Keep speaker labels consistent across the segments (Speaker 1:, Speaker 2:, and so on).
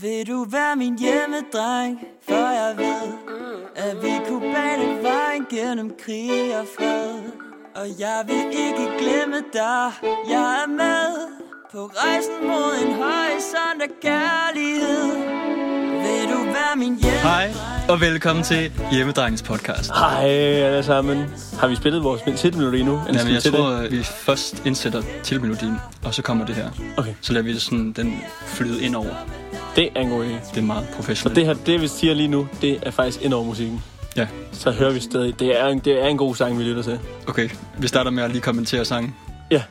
Speaker 1: Vil du være min hjemmedreng, for jeg ved, at vi kunne bane vejen gennem krig og fred. Og jeg vil ikke glemme dig, jeg er med på rejsen mod en horisont af kærlighed. Vil du være min
Speaker 2: Hej,
Speaker 1: hjemmedreng?
Speaker 2: og velkommen til Hjemmedrengens podcast.
Speaker 3: Hej alle sammen. Har vi spillet vores titelmelodi endnu? Eller skal
Speaker 2: Jamen,
Speaker 3: vi
Speaker 2: jeg
Speaker 3: til
Speaker 2: tror, at vi først indsætter til melodien, og så kommer det her.
Speaker 3: det? Okay,
Speaker 2: Så lader vi sådan den flyde ind over.
Speaker 3: det er en god idé.
Speaker 2: Det er meget
Speaker 3: Så
Speaker 2: professionelt.
Speaker 3: det her, det vi siger lige nu, det er faktisk ind over musikken.
Speaker 2: Ja,
Speaker 3: Så hører vi stadig. Det er en, det er en god sang, vi lytter til.
Speaker 2: okay. Vi starter med at lige kommentere sangen.
Speaker 3: Ja,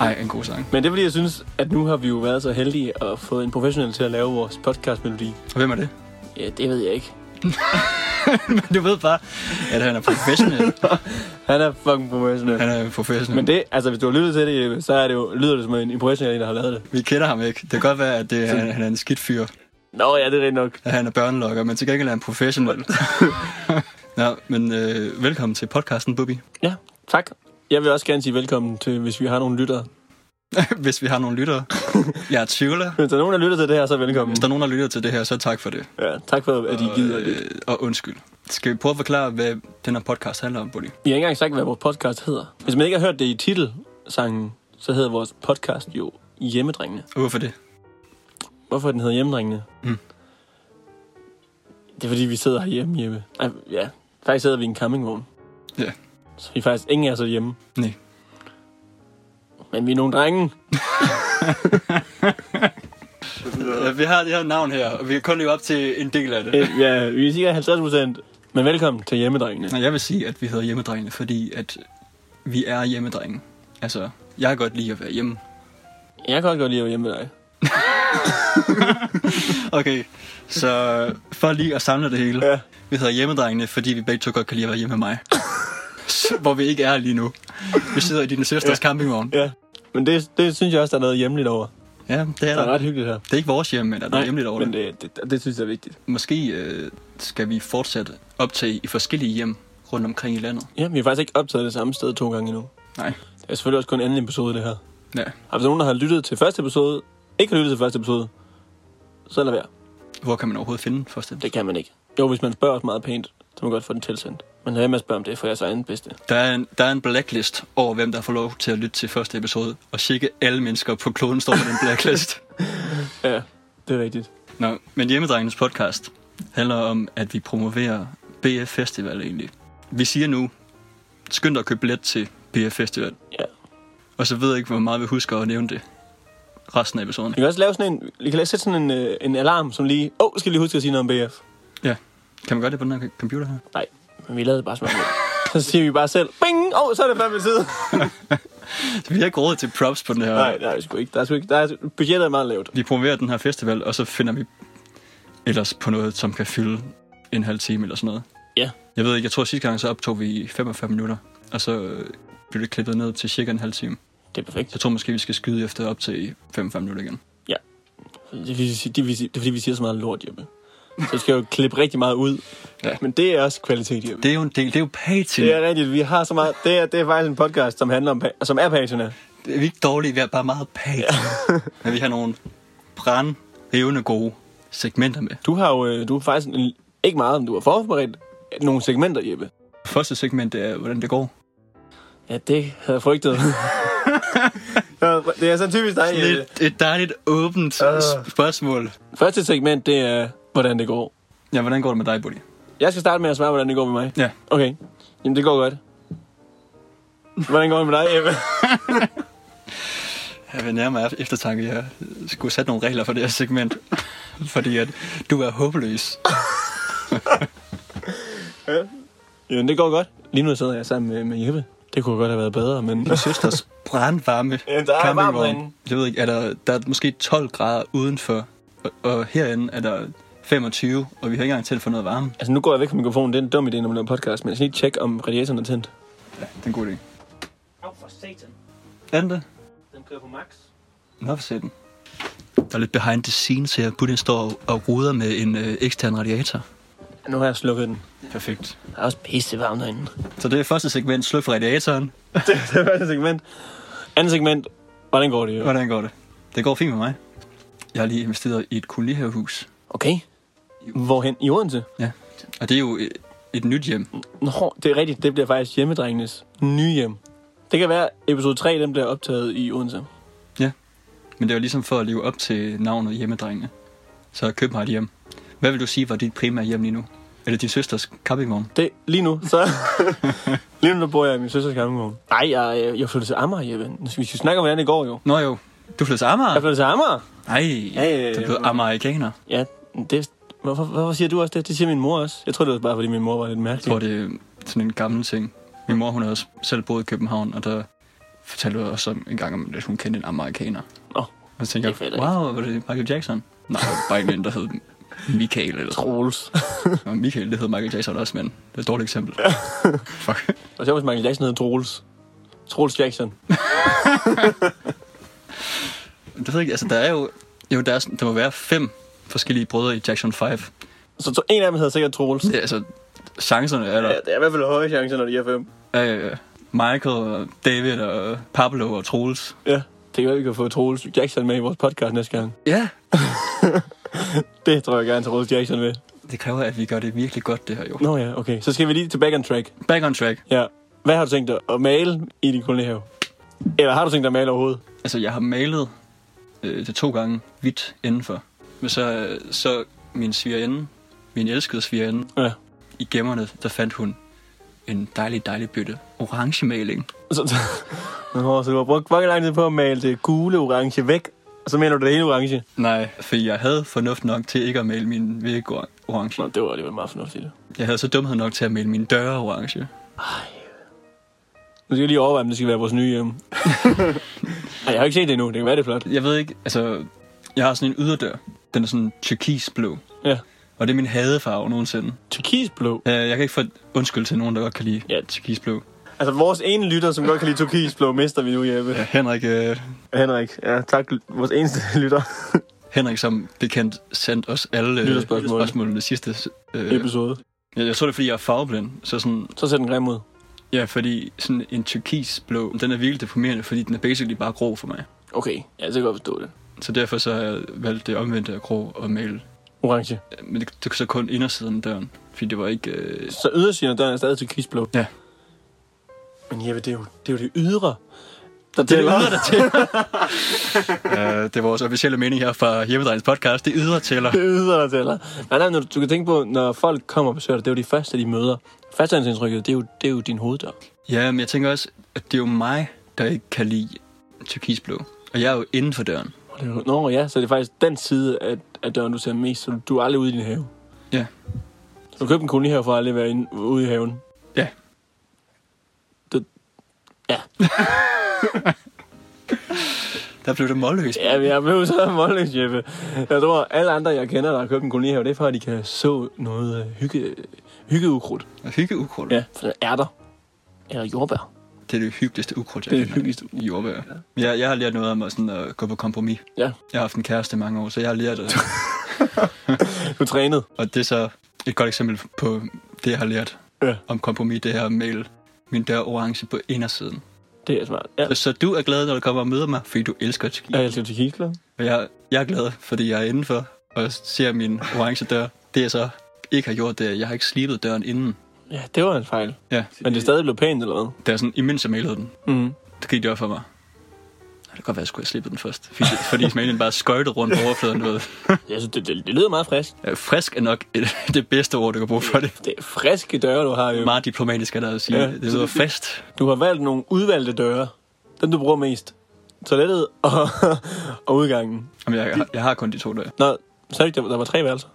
Speaker 2: Ej, en god sang.
Speaker 3: men det er fordi, jeg synes, at nu har vi jo været så heldige at få en professionel til at lave vores podcastmelodi.
Speaker 2: Og hvem er det?
Speaker 3: Ja, det ved jeg ikke.
Speaker 2: Du ved bare, at han er professionel.
Speaker 3: Han er fucking professionel.
Speaker 2: Han er professionel.
Speaker 3: Men det, altså hvis du har lyttet til det, Jeppe, så er det jo, lyder det som en en professionel, en, der har lavet det.
Speaker 2: Vi kender ham ikke. Det kan godt være, at det, han, han er en skidt fyr.
Speaker 3: Nå ja, det er rigtigt nok.
Speaker 2: At han er børnelokker, men til gengæld er han professionel. Nå, men øh, velkommen til podcasten, Bubi.
Speaker 3: Ja, tak. Jeg vil også gerne sige velkommen til, hvis vi har nogle lyttere.
Speaker 2: Hvis vi har nogle lyttere. Jeg er tvivler.
Speaker 3: Hvis der er nogen, der lytter til det her, så velkommen.
Speaker 2: Hvis der er nogen, der lytter til det her, så tak for det.
Speaker 3: Ja, tak for, at I gider det.
Speaker 2: Øh, og undskyld. Skal vi prøve at forklare, hvad den her podcast handler om, Bully?
Speaker 3: Vi har ikke engang sagt, hvad vores podcast hedder. Hvis man ikke har hørt det i titelsangen, så hedder vores podcast jo Hjemmedrengene.
Speaker 2: Hvorfor det?
Speaker 3: Hvorfor den hedder Hjemmedrengene?
Speaker 2: Mm.
Speaker 3: Det er fordi, vi sidder herhjemme, Jeppe. Ej, ja, faktisk sidder vi i en campingvogn.
Speaker 2: Ja.
Speaker 3: Så vi er faktisk ingen af os er hjemme.
Speaker 2: Nej.
Speaker 3: Men vi er nogle drenge.
Speaker 2: Øh, vi har det her navn her, og vi kan kun leve op til en del af det.
Speaker 3: Øh, ja, vi er cirka 50 procent. Men velkommen til Hjemmedrengene.
Speaker 2: Nå, Jeg vil sige, at vi hedder hjemmedrengene, fordi at vi er hjemmedrenge. Altså, jeg kan godt lide at være hjemme.
Speaker 3: Jeg kan også godt lide at være hjemme med dig.
Speaker 2: Okay, så for lige at samle det hele.
Speaker 3: Ja.
Speaker 2: Vi hedder hjemmedrengene, fordi vi begge to godt kan lide at være hjemme med mig. Hvor vi ikke er lige nu. Vi sidder i din søsters ja. campingvogn.
Speaker 3: Ja. Men det, det synes jeg også, der er noget hjemligt over.
Speaker 2: Ja, det er
Speaker 3: Det er
Speaker 2: der.
Speaker 3: ret hyggeligt her.
Speaker 2: Det er ikke vores hjem, men der er noget hjemligt over det.
Speaker 3: men det, det, det synes jeg er vigtigt.
Speaker 2: Måske øh, skal vi fortsat optage i forskellige hjem rundt omkring i landet.
Speaker 3: Ja, vi har faktisk ikke optaget det samme sted to gange endnu.
Speaker 2: Nej.
Speaker 3: Det er selvfølgelig også kun anden episode, det her.
Speaker 2: Ja.
Speaker 3: Og hvis nogen, der har lyttet til første episode, ikke har lyttet til første episode, så lad være.
Speaker 2: Hvor kan man overhovedet finde første?
Speaker 3: Det kan man ikke. Jo, hvis man spørger os meget pænt, så må man godt få den tilsendt. Men lad være med at spørge om det er for jeres egen bedste.
Speaker 2: Der er, en, der er en blacklist over, hvem der får lov til at lytte til første episode. Og cirka alle mennesker på kloden står på den blacklist.
Speaker 3: Ja, det er rigtigt.
Speaker 2: Nå, men Hjemmedrengens podcast handler om, at vi promoverer BF Festival egentlig. Vi siger nu, skynd dig at købe billet til BF Festival.
Speaker 3: Ja.
Speaker 2: Og så ved jeg ikke, hvor meget vi husker at nævne det resten af episoden.
Speaker 3: Vi kan også lave sådan en, vi kan lave- sætte sådan en, øh, en alarm, som lige, åh, oh, skal jeg lige huske at sige noget om BF?
Speaker 2: Ja. Kan man gøre det på den her computer her?
Speaker 3: Nej, men vi lavede det bare som om det. Så siger vi bare selv, bing, åh, oh, så er det fandme tid.
Speaker 2: Vi har ikke råd til props på den her.
Speaker 3: Nej, nej, sgu ikke. Der er sgu ikke. Der er, budgettet er meget lavt.
Speaker 2: Vi promoverer den her festival, og så finder vi ellers på noget, som kan fylde en halv time eller sådan noget.
Speaker 3: Ja.
Speaker 2: Jeg ved ikke, jeg tror sidste gang, så optog vi i 45 minutter, og så øh, blev det klippet ned til cirka en halv time.
Speaker 3: Det er perfekt.
Speaker 2: Så jeg tror måske, vi skal skyde efter op til 45 minutter igen.
Speaker 3: Det er, fordi, vi siger- det, er, fordi- det er fordi, vi siger så meget lort, Jeppe. Så vi skal jo klippe rigtig meget ud.
Speaker 2: Ja.
Speaker 3: Ja. Men det er også kvalitet, Jeppe.
Speaker 2: Det er jo en del, det er jo patin.
Speaker 3: Det er rigtigt. Vi har så meget... Det er, det er faktisk en podcast, som handler om... pa- Som er pagerne.
Speaker 2: Vi er ikke dårlige, vi er bare meget patin. Ja. Men vi har nogle brandhævende gode segmenter med.
Speaker 3: Du har jo... øh, Du er faktisk en, ikke meget, men du har forberedt nogle segmenter, Jeppe.
Speaker 2: Første segment det er, hvordan det går.
Speaker 3: Ja, det havde jeg frygtet. det er så typisk dig,
Speaker 2: Sådan
Speaker 3: Jeppe.
Speaker 2: et, et dejligt åbent
Speaker 3: Øh.
Speaker 2: spørgsmål.
Speaker 3: Første segment, det er, hvordan det går.
Speaker 2: Ja, hvordan går det med dig, Buddy?
Speaker 3: Jeg skal starte med at svare, hvordan det går med mig.
Speaker 2: Ja.
Speaker 3: Okay. Jamen, det går godt. Hvordan går det med dig, Jeppe?
Speaker 2: Jeg vil nærmere eftertanke, jeg skulle sætte nogle regler for det her segment. Fordi at du er håbløs.
Speaker 3: Jamen, det går godt. Lige nu sidder jeg sammen med, med Jeppe. Det kunne godt have været bedre, men...
Speaker 2: Min søsters brandvarme
Speaker 3: Ja, der er
Speaker 2: campingvogn.
Speaker 3: varmt herinde.
Speaker 2: Jeg ved ikke, er der, der er måske 12 grader udenfor, og, og herinde er der 25, og vi har ikke engang tændt for noget varme.
Speaker 3: Altså, nu går jeg væk fra mikrofonen. Det er en dum idé, når man laver podcast, men jeg skal lige tjekke, om radiatoren er tændt.
Speaker 2: Ja, det er en god idé.
Speaker 3: Af for satan.
Speaker 2: Er den det?
Speaker 3: Den kører på max.
Speaker 2: Nå, for den. Der er lidt behind the scenes her. Putin står og ruder med en øh, ekstern radiator.
Speaker 3: Nu har jeg slukket den.
Speaker 2: Perfekt.
Speaker 3: Der er også pisse varmt derinde.
Speaker 2: Så det er første segment, sluk for radiatoren.
Speaker 3: det er første segment. Andet segment. Hvordan går det jo?
Speaker 2: Hvordan går det? Det går fint med mig. Jeg har lige investeret i et kolonihavehus.
Speaker 3: Okay. Hvorhen? I Odense?
Speaker 2: Ja. Og det er jo et, et nyt hjem.
Speaker 3: Nå, det er rigtigt. Det bliver faktisk hjemmedrengenes nye hjem. Det kan være, at episode 3 den bliver optaget i Odense.
Speaker 2: Men det var ligesom for at leve op til navnet hjemmedrengene. Så køb mig et hjem. Hvad vil du sige var dit primære hjem lige nu? Eller din søsters campingvogn?
Speaker 3: Det, lige nu, så... lige nu der bor jeg i min søsters campingvogn. Nej, jeg, jeg flyttede til Amager, Jeppe. Nu skal vi skal snakke om, hvordan det går jo.
Speaker 2: Nå jo, du flyttede til Amager.
Speaker 3: Jeg flyttede til Amager.
Speaker 2: Nej,
Speaker 3: Ja, ja, ja,
Speaker 2: du
Speaker 3: ja.
Speaker 2: blev amerikaner.
Speaker 3: Ja, det... Hvorfor, hvorfor siger du også det? Det siger min mor også. Jeg tror, det var bare, fordi min mor var lidt
Speaker 2: Jeg tror,
Speaker 3: mærkelig.
Speaker 2: det er sådan en gammel ting. Min mor, hun havde også selv boet i København, og der fortalte hun også om en gang, om, at hun kendte en amerikaner.
Speaker 3: Nå,
Speaker 2: Og så tænkte
Speaker 3: det er fedt,
Speaker 2: jeg,
Speaker 3: ikke?
Speaker 2: wow, var det Michael Jackson? Nej, det var bare en anden, der hed Michael. Eller sådan.
Speaker 3: Troels.
Speaker 2: Nå, Michael, det hed Michael Jackson også, men det er et dårligt eksempel. Fuck.
Speaker 3: Og så hvis Michael Jackson hedder Troels. Troels Jackson.
Speaker 2: Det ved jeg ikke, altså der er jo, jo der, er, sådan- der må være fem forskellige brødre i Jackson 5.
Speaker 3: Så to, en af dem hedder sikkert Troels.
Speaker 2: Det, er altså, chancerne er der.
Speaker 3: det er i hvert fald høje chancer, når de er fem.
Speaker 2: Øh, Michael, og David og Pablo og Troels.
Speaker 3: Ja, det kan være, vi kan få Troels Jackson med i vores podcast næste gang.
Speaker 2: Ja,
Speaker 3: Det tror jeg gerne til Troels Jackson med.
Speaker 2: det kræver, at vi gør det virkelig godt, det her jo.
Speaker 3: Nå ja, okay. Så skal vi lige tilbage on track.
Speaker 2: Back on track.
Speaker 3: Ja. Hvad har du tænkt dig at male i din kolonihave? Eller har du tænkt dig at male overhovedet?
Speaker 2: Altså, jeg har malet øh, det to gange hvidt indenfor. Men så, øh, så min svigerinde, min elskede svigerinde,
Speaker 3: Ja.
Speaker 2: i gemmerne, der fandt hun en dejlig, dejlig bytte. Orange maling.
Speaker 3: Så, så, Nå, så du har brugt fucking lang tid på at male det gule orange væk, og så maler du det hele orange.
Speaker 2: Nej, for jeg havde fornuft nok til ikke at male min væg or- orange.
Speaker 3: Nå, det var alligevel meget fornuftigt.
Speaker 2: Jeg havde så dumhed nok til at male mine døre orange.
Speaker 3: Nu skal jeg lige overveje, om det skal være vores nye hjem. Ej, jeg har ikke set det endnu. Det kan være, det er flot.
Speaker 2: Jeg ved ikke, altså... Jeg har sådan en yderdør. Den er sådan turkisblå.
Speaker 3: Ja.
Speaker 2: Og det er min hadefarve nogensinde.
Speaker 3: Turkisblå.
Speaker 2: Øh, Jeg kan ikke få undskyld til nogen, der godt kan lide
Speaker 3: Ja.
Speaker 2: turkisblå.
Speaker 3: Altså, vores ene lytter, som godt kan lide turkisblå, mister vi nu, Jeppe.
Speaker 2: Ja, Henrik, øh,
Speaker 3: Henrik, ja, tak. Vores eneste lytter.
Speaker 2: Henrik, som bekendt, sendte os alle øh,
Speaker 3: Lytterspørgsmål.
Speaker 2: spørgsmålene sidste øh,
Speaker 3: Episode.
Speaker 2: Jeg, jeg tror, det er, fordi jeg er farveblind. Så sådan,
Speaker 3: Så sæt den grim ud.
Speaker 2: ja, fordi sådan en turkisblå, den er virkelig deprimerende, fordi den er basically bare grå for mig.
Speaker 3: Okay, ja, så kan jeg godt forstå det.
Speaker 2: Så derfor så har jeg valgt det omvendte af grå og male.
Speaker 3: Orange.
Speaker 2: Men det, det var så kun indersiden af døren, fordi det var ikke... Øh,
Speaker 3: Så ydersiden af døren er stadig turkisblå.
Speaker 2: Ja.
Speaker 3: Men Jeppe, det er jo det, er jo det ydre, der
Speaker 2: det
Speaker 3: tæller.
Speaker 2: yder der til. uh, det er vores officielle mening her fra Hjemmedrejens podcast. Det yder tæller.
Speaker 3: Det yder, der tæller. Nej, nej, når du, du kan tænke på, når folk kommer og besøger dig, det er jo de første, de møder. Førstehandsindtrykket, det er jo, det er jo din hoveddør.
Speaker 2: Ja, men jeg tænker også, at det er jo mig, der ikke kan lide turkisblå. Og jeg er jo inden for døren.
Speaker 3: Og det er jo- Nå ja, så det er faktisk den side af, af døren, du ser mest, så du, du er aldrig ude i din have.
Speaker 2: Ja.
Speaker 3: Så du købte en kolonihave for at aldrig være inde, ude i haven.
Speaker 2: Ja.
Speaker 3: Det, ja.
Speaker 2: Der blev det målløs.
Speaker 3: ja, men jeg blev så målløs, Jeppe. Jeg tror, alle andre, jeg kender, der har købt en kolonihave, det er for, at de kan så noget øh, hygge, hyggeukrudt.
Speaker 2: Og hygge ukrudt.
Speaker 3: Ja. For der er der. Eller jordbær.
Speaker 2: Det er det hyggeligste ukrudt, jeg
Speaker 3: Det er det
Speaker 2: kender.
Speaker 3: hyggeligste.
Speaker 2: Jordbær. Ja. Jeg, jeg har lært noget om at, sådan, at gå på kompromis.
Speaker 3: Ja.
Speaker 2: Jeg har haft en kæreste i mange år, så jeg har lært det.
Speaker 3: Du trænede.
Speaker 2: Og det er så et godt eksempel på det, jeg har lært
Speaker 3: Ja.
Speaker 2: om kompromis. Det her mail min dør orange på indersiden.
Speaker 3: Det er smart. Ja.
Speaker 2: Så, så du er glad, når du kommer og møder mig, fordi du elsker at ski.
Speaker 3: Jeg elsker tequila.
Speaker 2: Og jeg, jeg er glad, fordi jeg er indenfor og ser min orange dør. Det er så ikke har gjort det. Jeg har ikke slibet døren inden.
Speaker 3: Ja, det var en fejl.
Speaker 2: Ja,
Speaker 3: Men det er stadig blevet pænt, eller hvad?
Speaker 2: det er sådan, imens jeg mailede den,
Speaker 3: Mm.
Speaker 2: det gik det op for mig. "Ej, Det kan godt være, at jeg skulle have slippet den først. Fordi, fordi mailen bare skøjtede rundt på overfladen. Du ved.
Speaker 3: Jeg synes, det, det, det lyder meget frisk.
Speaker 2: Øh, Frisk er nok et- det bedste ord, du kan bruge for det.
Speaker 3: Det er friske døre, du har jo.
Speaker 2: Meget diplomatisk er der at sige.
Speaker 3: Ja,
Speaker 2: Ja, det
Speaker 3: så
Speaker 2: lyder
Speaker 3: det-
Speaker 2: frist.
Speaker 3: Du har valgt nogle udvalgte døre. Den, du bruger mest. Toilettet og, og udgangen.
Speaker 2: Jamen, jeg, jeg har kun de to der.
Speaker 3: Nå, så ikke, der, der var tre værelser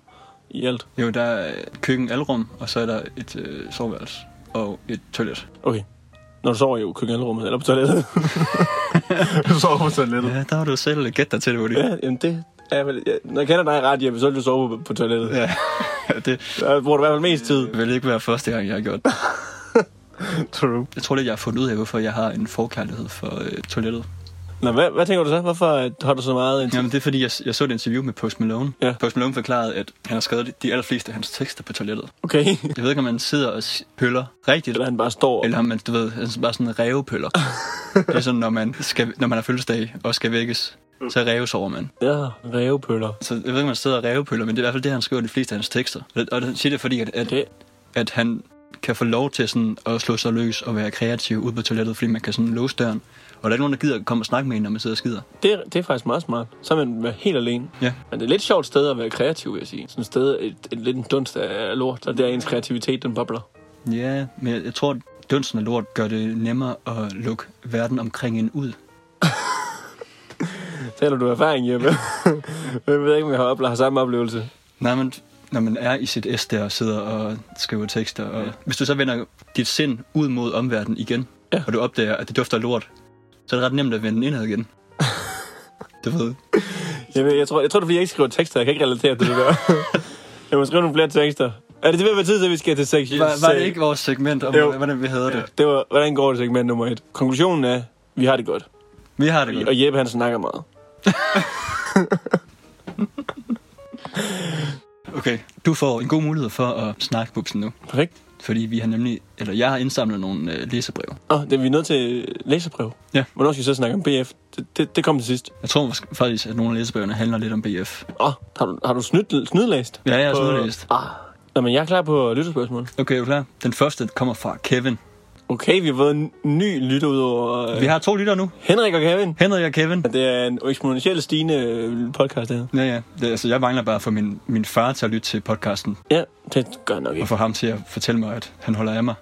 Speaker 3: i alt.
Speaker 2: Jo, der er køkken, alrum, og så er der et øh, soveværelse og et toilet.
Speaker 3: Okay. Når du sover i køkkenrummet eller på toilettet. du sover på toilettet.
Speaker 2: Ja, der har du selv gæt dig til det, Woody.
Speaker 3: Ja, jamen det er vel... Ja, når jeg kender dig ret, Jeppe, så vil du sove på, på toilettet. Ja.
Speaker 2: ja. det
Speaker 3: Der bruger du i hvert fald mest tid.
Speaker 2: vil ikke være første gang, jeg har gjort det.
Speaker 3: Øh, True.
Speaker 2: Jeg tror lidt, jeg har fundet ud af, hvorfor jeg har en forkærlighed for øh, toilettet.
Speaker 3: Nå, hvad, hvad tænker du så? Hvorfor øh, har du så meget... ind-
Speaker 2: Jamen, det er fordi, jeg, jeg så et interview med Post Malone.
Speaker 3: Ja.
Speaker 2: Post Malone forklarede, at han har skrevet de allerfleste af hans tekster på toilettet.
Speaker 3: Okay.
Speaker 2: Jeg ved ikke, om man sidder og s- pøller rigtigt,
Speaker 3: Eller han bare står...
Speaker 2: eller om man, du ved, altså bare sådan revpøller. det er sådan, når man, skal, når man har fødselsdag og skal vækkes. så rævesover man.
Speaker 3: Ja, rævepøller.
Speaker 2: Så jeg ved ikke, om han sidder og rævepøller, men det er i hvert fald det, han skriver i de fleste af hans tekster. Og- Og det siger det, fordi at, at,
Speaker 3: Det,
Speaker 2: at han kan få lov til sådan at slå sig løs og være kreativ ude på toilettet, fordi man kan sådan låse døren. Og der er ikke nogen, der gider at komme og snakke med en, når man sidder og skider.
Speaker 3: det, er- det er faktisk meget smart. Så er man helt alene.
Speaker 2: Ja.
Speaker 3: Men det er et lidt sjovt sted at være kreativ, vil jeg sige. Sådan et sted, et, et, lidt en dunst af lort, og der er ens kreativitet, den bobler.
Speaker 2: Ja, men jeg, jeg tror, at dunsen af lort gør det nemmere at lukke verden omkring en ud.
Speaker 3: Taler du erfaring, Jeppe? jeg ved ikke, om jeg har, ople- har samme oplevelse.
Speaker 2: Nej, men når man er i sit S der og sidder og skriver tekster. Og ja. Hvis du så vender dit sind ud mod omverdenen igen,
Speaker 3: Ja.
Speaker 2: ja. og du opdager, at det dufter af lort, så er det ret nemt at vende indad igen. du ved.
Speaker 3: Jeg, ved, jeg, tror, jeg tror, det er, fordi jeg ikke skriver tekster. Jeg kan ikke relatere til det der. jeg må skrive nogle flere tekster. Er det det ved at være tid, til, at vi skal til sex?
Speaker 2: Var, var det ikke vores segment om, øh,
Speaker 3: Jo.
Speaker 2: hvordan vi hedder det?
Speaker 3: Det var, hvordan går det segment nummer et? Konklusionen er, vi har det godt.
Speaker 2: Vi har det godt.
Speaker 3: Og Jeppe, han snakker meget.
Speaker 2: Okay, du får en god mulighed for at snakke buksen nu.
Speaker 3: Perfekt.
Speaker 2: Fordi vi har nemlig, eller jeg har indsamlet nogle øh, læsebreve.
Speaker 3: Åh, det er vi nødt til læserprøve.
Speaker 2: Ja.
Speaker 3: Hvornår skal vi så snakke om BF? Det, det, det kom til sidst.
Speaker 2: Jeg tror måske- faktisk, at nogle af læsebrevene handler lidt om BF.
Speaker 3: Åh, har du, har du snydt, snydlæst?
Speaker 2: Ja, jeg har
Speaker 3: På-
Speaker 2: snudlæst.
Speaker 3: Ah, Nå, men jeg er klar på lytterspørgsmål.
Speaker 2: Okay, er du klar? Den første kommer fra Kevin.
Speaker 3: Okay, vi har fået en ny lytter ud over øh,
Speaker 2: Vi har to lytter nu.
Speaker 3: Henrik og Kevin.
Speaker 2: Henrik og Kevin.
Speaker 3: Det er en eksponentielt stigende øh, podcast, det her.
Speaker 2: Ja, ja. Det, altså, jeg mangler bare for min, min far til at lytte til podcasten,
Speaker 3: Ja, det gør han nok
Speaker 2: og
Speaker 3: ikke.
Speaker 2: få ham til at fortælle mig, at han holder af mig.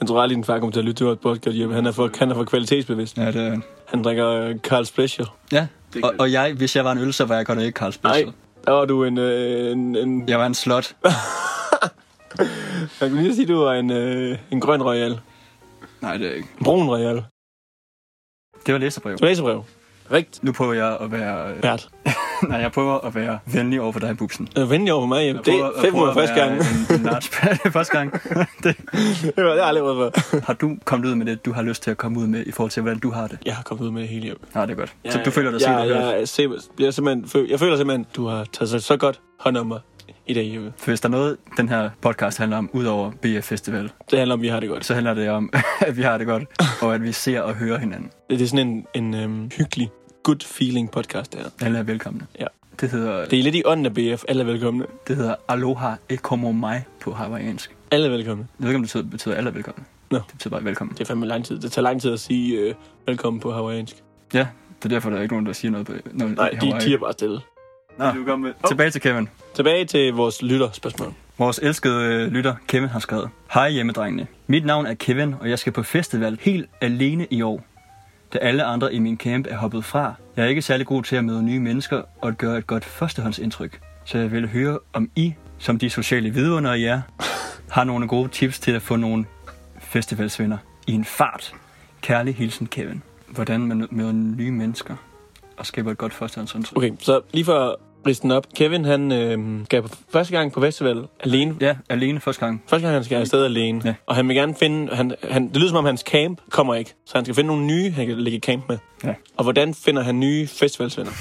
Speaker 3: Jeg tror aldrig, din far kommer til at lytte til vores podcast, Jeppe. Han er for, han er for kvalitetsbevidst.
Speaker 2: Ja, det, er-
Speaker 3: Han drikker øh, Carl Special.
Speaker 2: ja. Og, og, jeg, hvis jeg var en øl, så var jeg godt nok ikke Carl
Speaker 3: Nej,
Speaker 2: Special.
Speaker 3: der var du en... Øh, en, en
Speaker 2: Jeg var en slot.
Speaker 3: Jeg kunne lige sige, du var en, øh, en grøn royal.
Speaker 2: Nej, det er ikke.
Speaker 3: En brun royal.
Speaker 2: Det var læserbrev.
Speaker 3: Læsebrev. Rigtigt.
Speaker 2: Nu prøver jeg at være... Øh,
Speaker 3: Vært.
Speaker 2: nej, jeg prøver at være venlig over for dig, Bubsen.
Speaker 3: Øh, Vend jer over for mig, Jeppe.
Speaker 2: Jeg
Speaker 3: Det
Speaker 2: prøver-
Speaker 3: er
Speaker 2: jeg
Speaker 3: fem
Speaker 2: prøver
Speaker 3: måneder
Speaker 2: at
Speaker 3: første
Speaker 2: være En,
Speaker 3: gang.
Speaker 2: en large første gang. det,
Speaker 3: det har jeg aldrig været for.
Speaker 2: har du kommet ud med det, du har lyst til at komme ud med, i forhold til, hvordan du har det?
Speaker 3: Jeg har kommet ud med det hele, Jeppe.
Speaker 2: Nej, det er godt. så du føler dig set og
Speaker 3: jeg,
Speaker 2: hørt.
Speaker 3: jeg, jeg, ser- jeg, er simpelthen, føl- jeg føler simpelthen, du har taget så, så godt hånd om mig i dag, Jeppe.
Speaker 2: For hvis der er noget, den her podcast handler om, udover BF Festival,
Speaker 3: Det handler om, at vi har det godt.
Speaker 2: så handler det om, at vi har det godt, og at vi ser og hører hinanden.
Speaker 3: Det er sådan en, en øhm, hyggelig, good feeling podcast, det her.
Speaker 2: Alle er velkomne.
Speaker 3: Ja.
Speaker 2: Det hedder, det,
Speaker 3: Det er lidt i ånden af BF. Alle er velkomne.
Speaker 2: det hedder Aloha e como mai på hawaiiansk.
Speaker 3: Alle er velkomne.
Speaker 2: Jeg ved ikke, om det betyder, betyder alle er velkomne.
Speaker 3: Nå.
Speaker 2: Det betyder bare velkommen.
Speaker 3: Det er fandme lang tid. Det tager lang tid at sige øh, velkommen på hawaiiansk.
Speaker 2: Ja, det er derfor, der er ikke nogen, der siger noget på noget
Speaker 3: Nej,
Speaker 2: i
Speaker 3: de,
Speaker 2: Hawaii.
Speaker 3: de er Oh. bare stille.
Speaker 2: Nå.
Speaker 3: Du kommer med.
Speaker 2: Tilbage til Kevin.
Speaker 3: Tilbage til vores lytterspørgsmål.
Speaker 2: Vores elskede øh, lytter Kevin har skrevet, Hej hjemmedrengene. Mit navn er Kevin, og jeg skal på festival helt alene i år. Da alle andre i min camp er hoppet fra, jeg er ikke særlig god til at møde nye mennesker og at gøre et godt førstehåndsindtryk. Så jeg vil høre, om I, som de sociale vidunder I er, har nogle gode tips til at få nogle festivalsvenner i en fart. Kærlig hilsen, Kevin. Hvordan man møder nye mennesker og skaber et godt førstehåndsindtryk.
Speaker 3: Okay, så lige for at riste den op. Kevin, han øh, skal på første gang på festival alene.
Speaker 2: Ja, alene første gang.
Speaker 3: Første gang, han skal afsted alene.
Speaker 2: Ja.
Speaker 3: Og han vil gerne finde... Han, han, det lyder som om, hans camp kommer ikke. Så han skal finde nogle nye, han kan ligge i camp med.
Speaker 2: Ja.
Speaker 3: Og hvordan finder han nye festivalsvenner?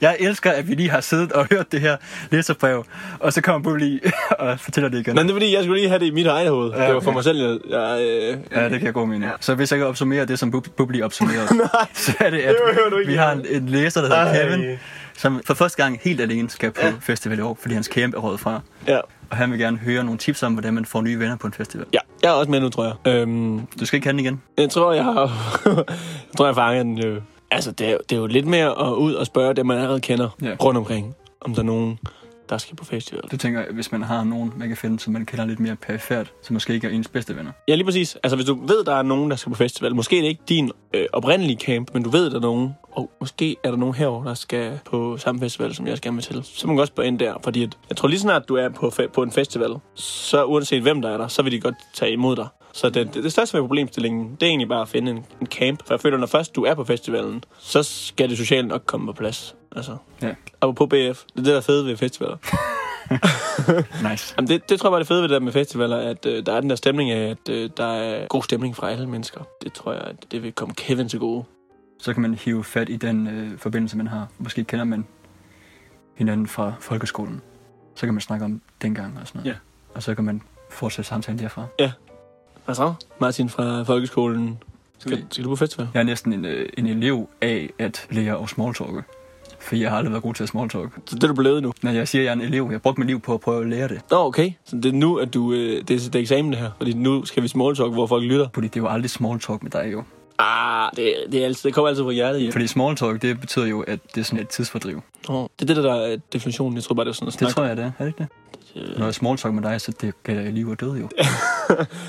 Speaker 2: Jeg elsker, at vi lige har siddet og hørt det her læserbrev, og så kommer Bo lige og fortæller det igen.
Speaker 3: Men det er fordi, jeg skulle lige have det i mit eget hoved. Ja,
Speaker 2: Ja,
Speaker 3: Det var for
Speaker 2: okay.
Speaker 3: mig selv. Jeg, jeg, øh,
Speaker 2: Ja, det kan jeg god mening. Så hvis jeg kan opsummere det, som Bub- Bub lige opsummerede, så er det, at
Speaker 3: det behøver du ikke
Speaker 2: vi har en,
Speaker 3: gøre.
Speaker 2: en læser, der hedder
Speaker 3: Ej.
Speaker 2: Kevin, som for første gang helt alene skal på festival i år, fordi hans camp er røget fra.
Speaker 3: ja.
Speaker 2: Og han vil gerne høre nogle tips om, hvordan man får nye venner på en festival.
Speaker 3: ja, jeg er også med nu, tror jeg. Øhm,
Speaker 2: Du skal ikke have den igen.
Speaker 3: Jeg tror, jeg har... jeg tror, jeg fanger den. Øh. Altså, det er, jo- det er jo lidt mere at ud og spørge dem, man allerede kender
Speaker 2: Ja.
Speaker 3: rundt omkring, om der er nogen, der skal på festival.
Speaker 2: Du tænker, hvis man har nogen, man kan finde, som man kender lidt mere perifært, som måske ikke er ens bedste venner.
Speaker 3: Ja, lige præcis. Altså, hvis du ved, der er nogen, der skal på festival, måske er det ikke din øh, oprindelige camp, men du ved, der er nogen, og måske er der nogen herovre, der skal på samme festival, som jeg skal med til. Så må man godt spørge ind der, fordi at, jeg tror lige snart, du er på, fe- på en festival, så uanset hvem der er der, så vil de godt tage imod dig. Så det, det, det største ved problemstillingen, det er egentlig bare at finde en, en camp. For jeg føler, når først du er på festivalen, så skal det sociale nok komme på plads. Altså,
Speaker 2: Ja.
Speaker 3: og på BF, det er det, der er fede ved festivaler.
Speaker 2: Nice.
Speaker 3: Jamen det, det tror jeg bare er det fede ved det der med festivaler, at øh, der er den der stemning af, at øh, der er god stemning fra alle mennesker. Det tror jeg, at det vil komme Kevin til gode.
Speaker 2: Så kan man hive fat i den øh, forbindelse, man har. Måske kender man hinanden fra folkeskolen. Så kan man snakke om dengang og sådan noget.
Speaker 3: Ja.
Speaker 2: Og så kan man fortsætte samtalen derfra.
Speaker 3: Hvad så? Martin fra folkeskolen. Skal, skal du på festival?
Speaker 2: Jeg er næsten en, øh, en elev af at lære at smalltalke. For jeg har aldrig været god til at smalltalk.
Speaker 3: Så det er du blevet nu.
Speaker 2: Når jeg siger, at jeg er en elev, jeg brugte mit liv på at prøve at lære det.
Speaker 3: Nå, okay. Så det er nu, at du... Øh, det, er, det er eksamen, det her. Fordi nu skal vi smalltalk, hvor folk lytter.
Speaker 2: Fordi det er jo aldrig smalltalk med dig jo.
Speaker 3: Ah, det, det, er altid, det kommer altid fra hjertet, ja.
Speaker 2: Fordi smalltalk, det betyder jo, at det er sådan et tidsfordriv.
Speaker 3: Nå, det er det, der er definitionen. Jeg tror bare, det er sådan at
Speaker 2: Det
Speaker 3: Øh, snakke.
Speaker 2: tror jeg, det er. Er det ikke det? Når jeg smalltalk med dig, så det gælder liv og død jo.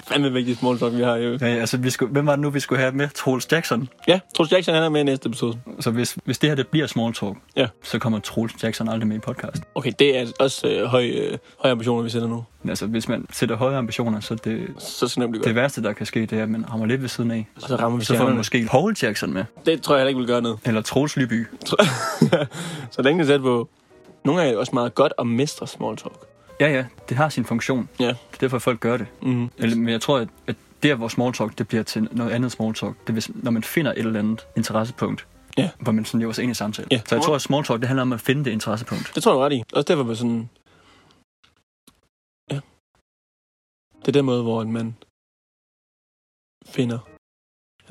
Speaker 3: Fandme vigtig smalltalk, vi har jo.
Speaker 2: Ja, ja, altså, vi skulle, hvem var det nu, vi skulle have med? Troels Jackson.
Speaker 3: Ja, Troels Jackson, han er med i næste episode.
Speaker 2: Så hvis, hvis det her det bliver smalltalk,
Speaker 3: Ja.
Speaker 2: så kommer Troels Jackson aldrig med i podcast.
Speaker 3: Okay, det er også øh, høje, øh, høje ambitioner, vi sætter nu.
Speaker 2: Men altså, hvis man sætter høje ambitioner, så det,
Speaker 3: Så skal det blive godt.
Speaker 2: det værste, der kan ske, det er, at man rammer lidt ved siden af.
Speaker 3: Og så rammer vi
Speaker 2: Så får man
Speaker 3: stjernerne.
Speaker 2: måske Paul Jackson med,
Speaker 3: Det tror jeg heller ikke vil gøre noget.
Speaker 2: eller Troels Lyby.
Speaker 3: så længe det er tæt på. Nogle gange er det også meget godt at mestre smalltalk.
Speaker 2: Ja, ja, det har sin funktion.
Speaker 3: Ja.
Speaker 2: Det er derfor, folk gør det.
Speaker 3: Mm.
Speaker 2: Eller, men jeg tror, at, at der, hvor smalltalk det bliver til noget andet smalltalk, det er, hvis, når man finder et eller andet interessepunkt,
Speaker 3: Ja.
Speaker 2: hvor man sådan lever sig ind i samtalen.
Speaker 3: Ja.
Speaker 2: Så jeg tror, at smalltalk, det handler om at finde det interessepunkt.
Speaker 3: Det tror jeg du er ret i. Også derfor man sådan... Ja. Det er den måde, hvor man finder...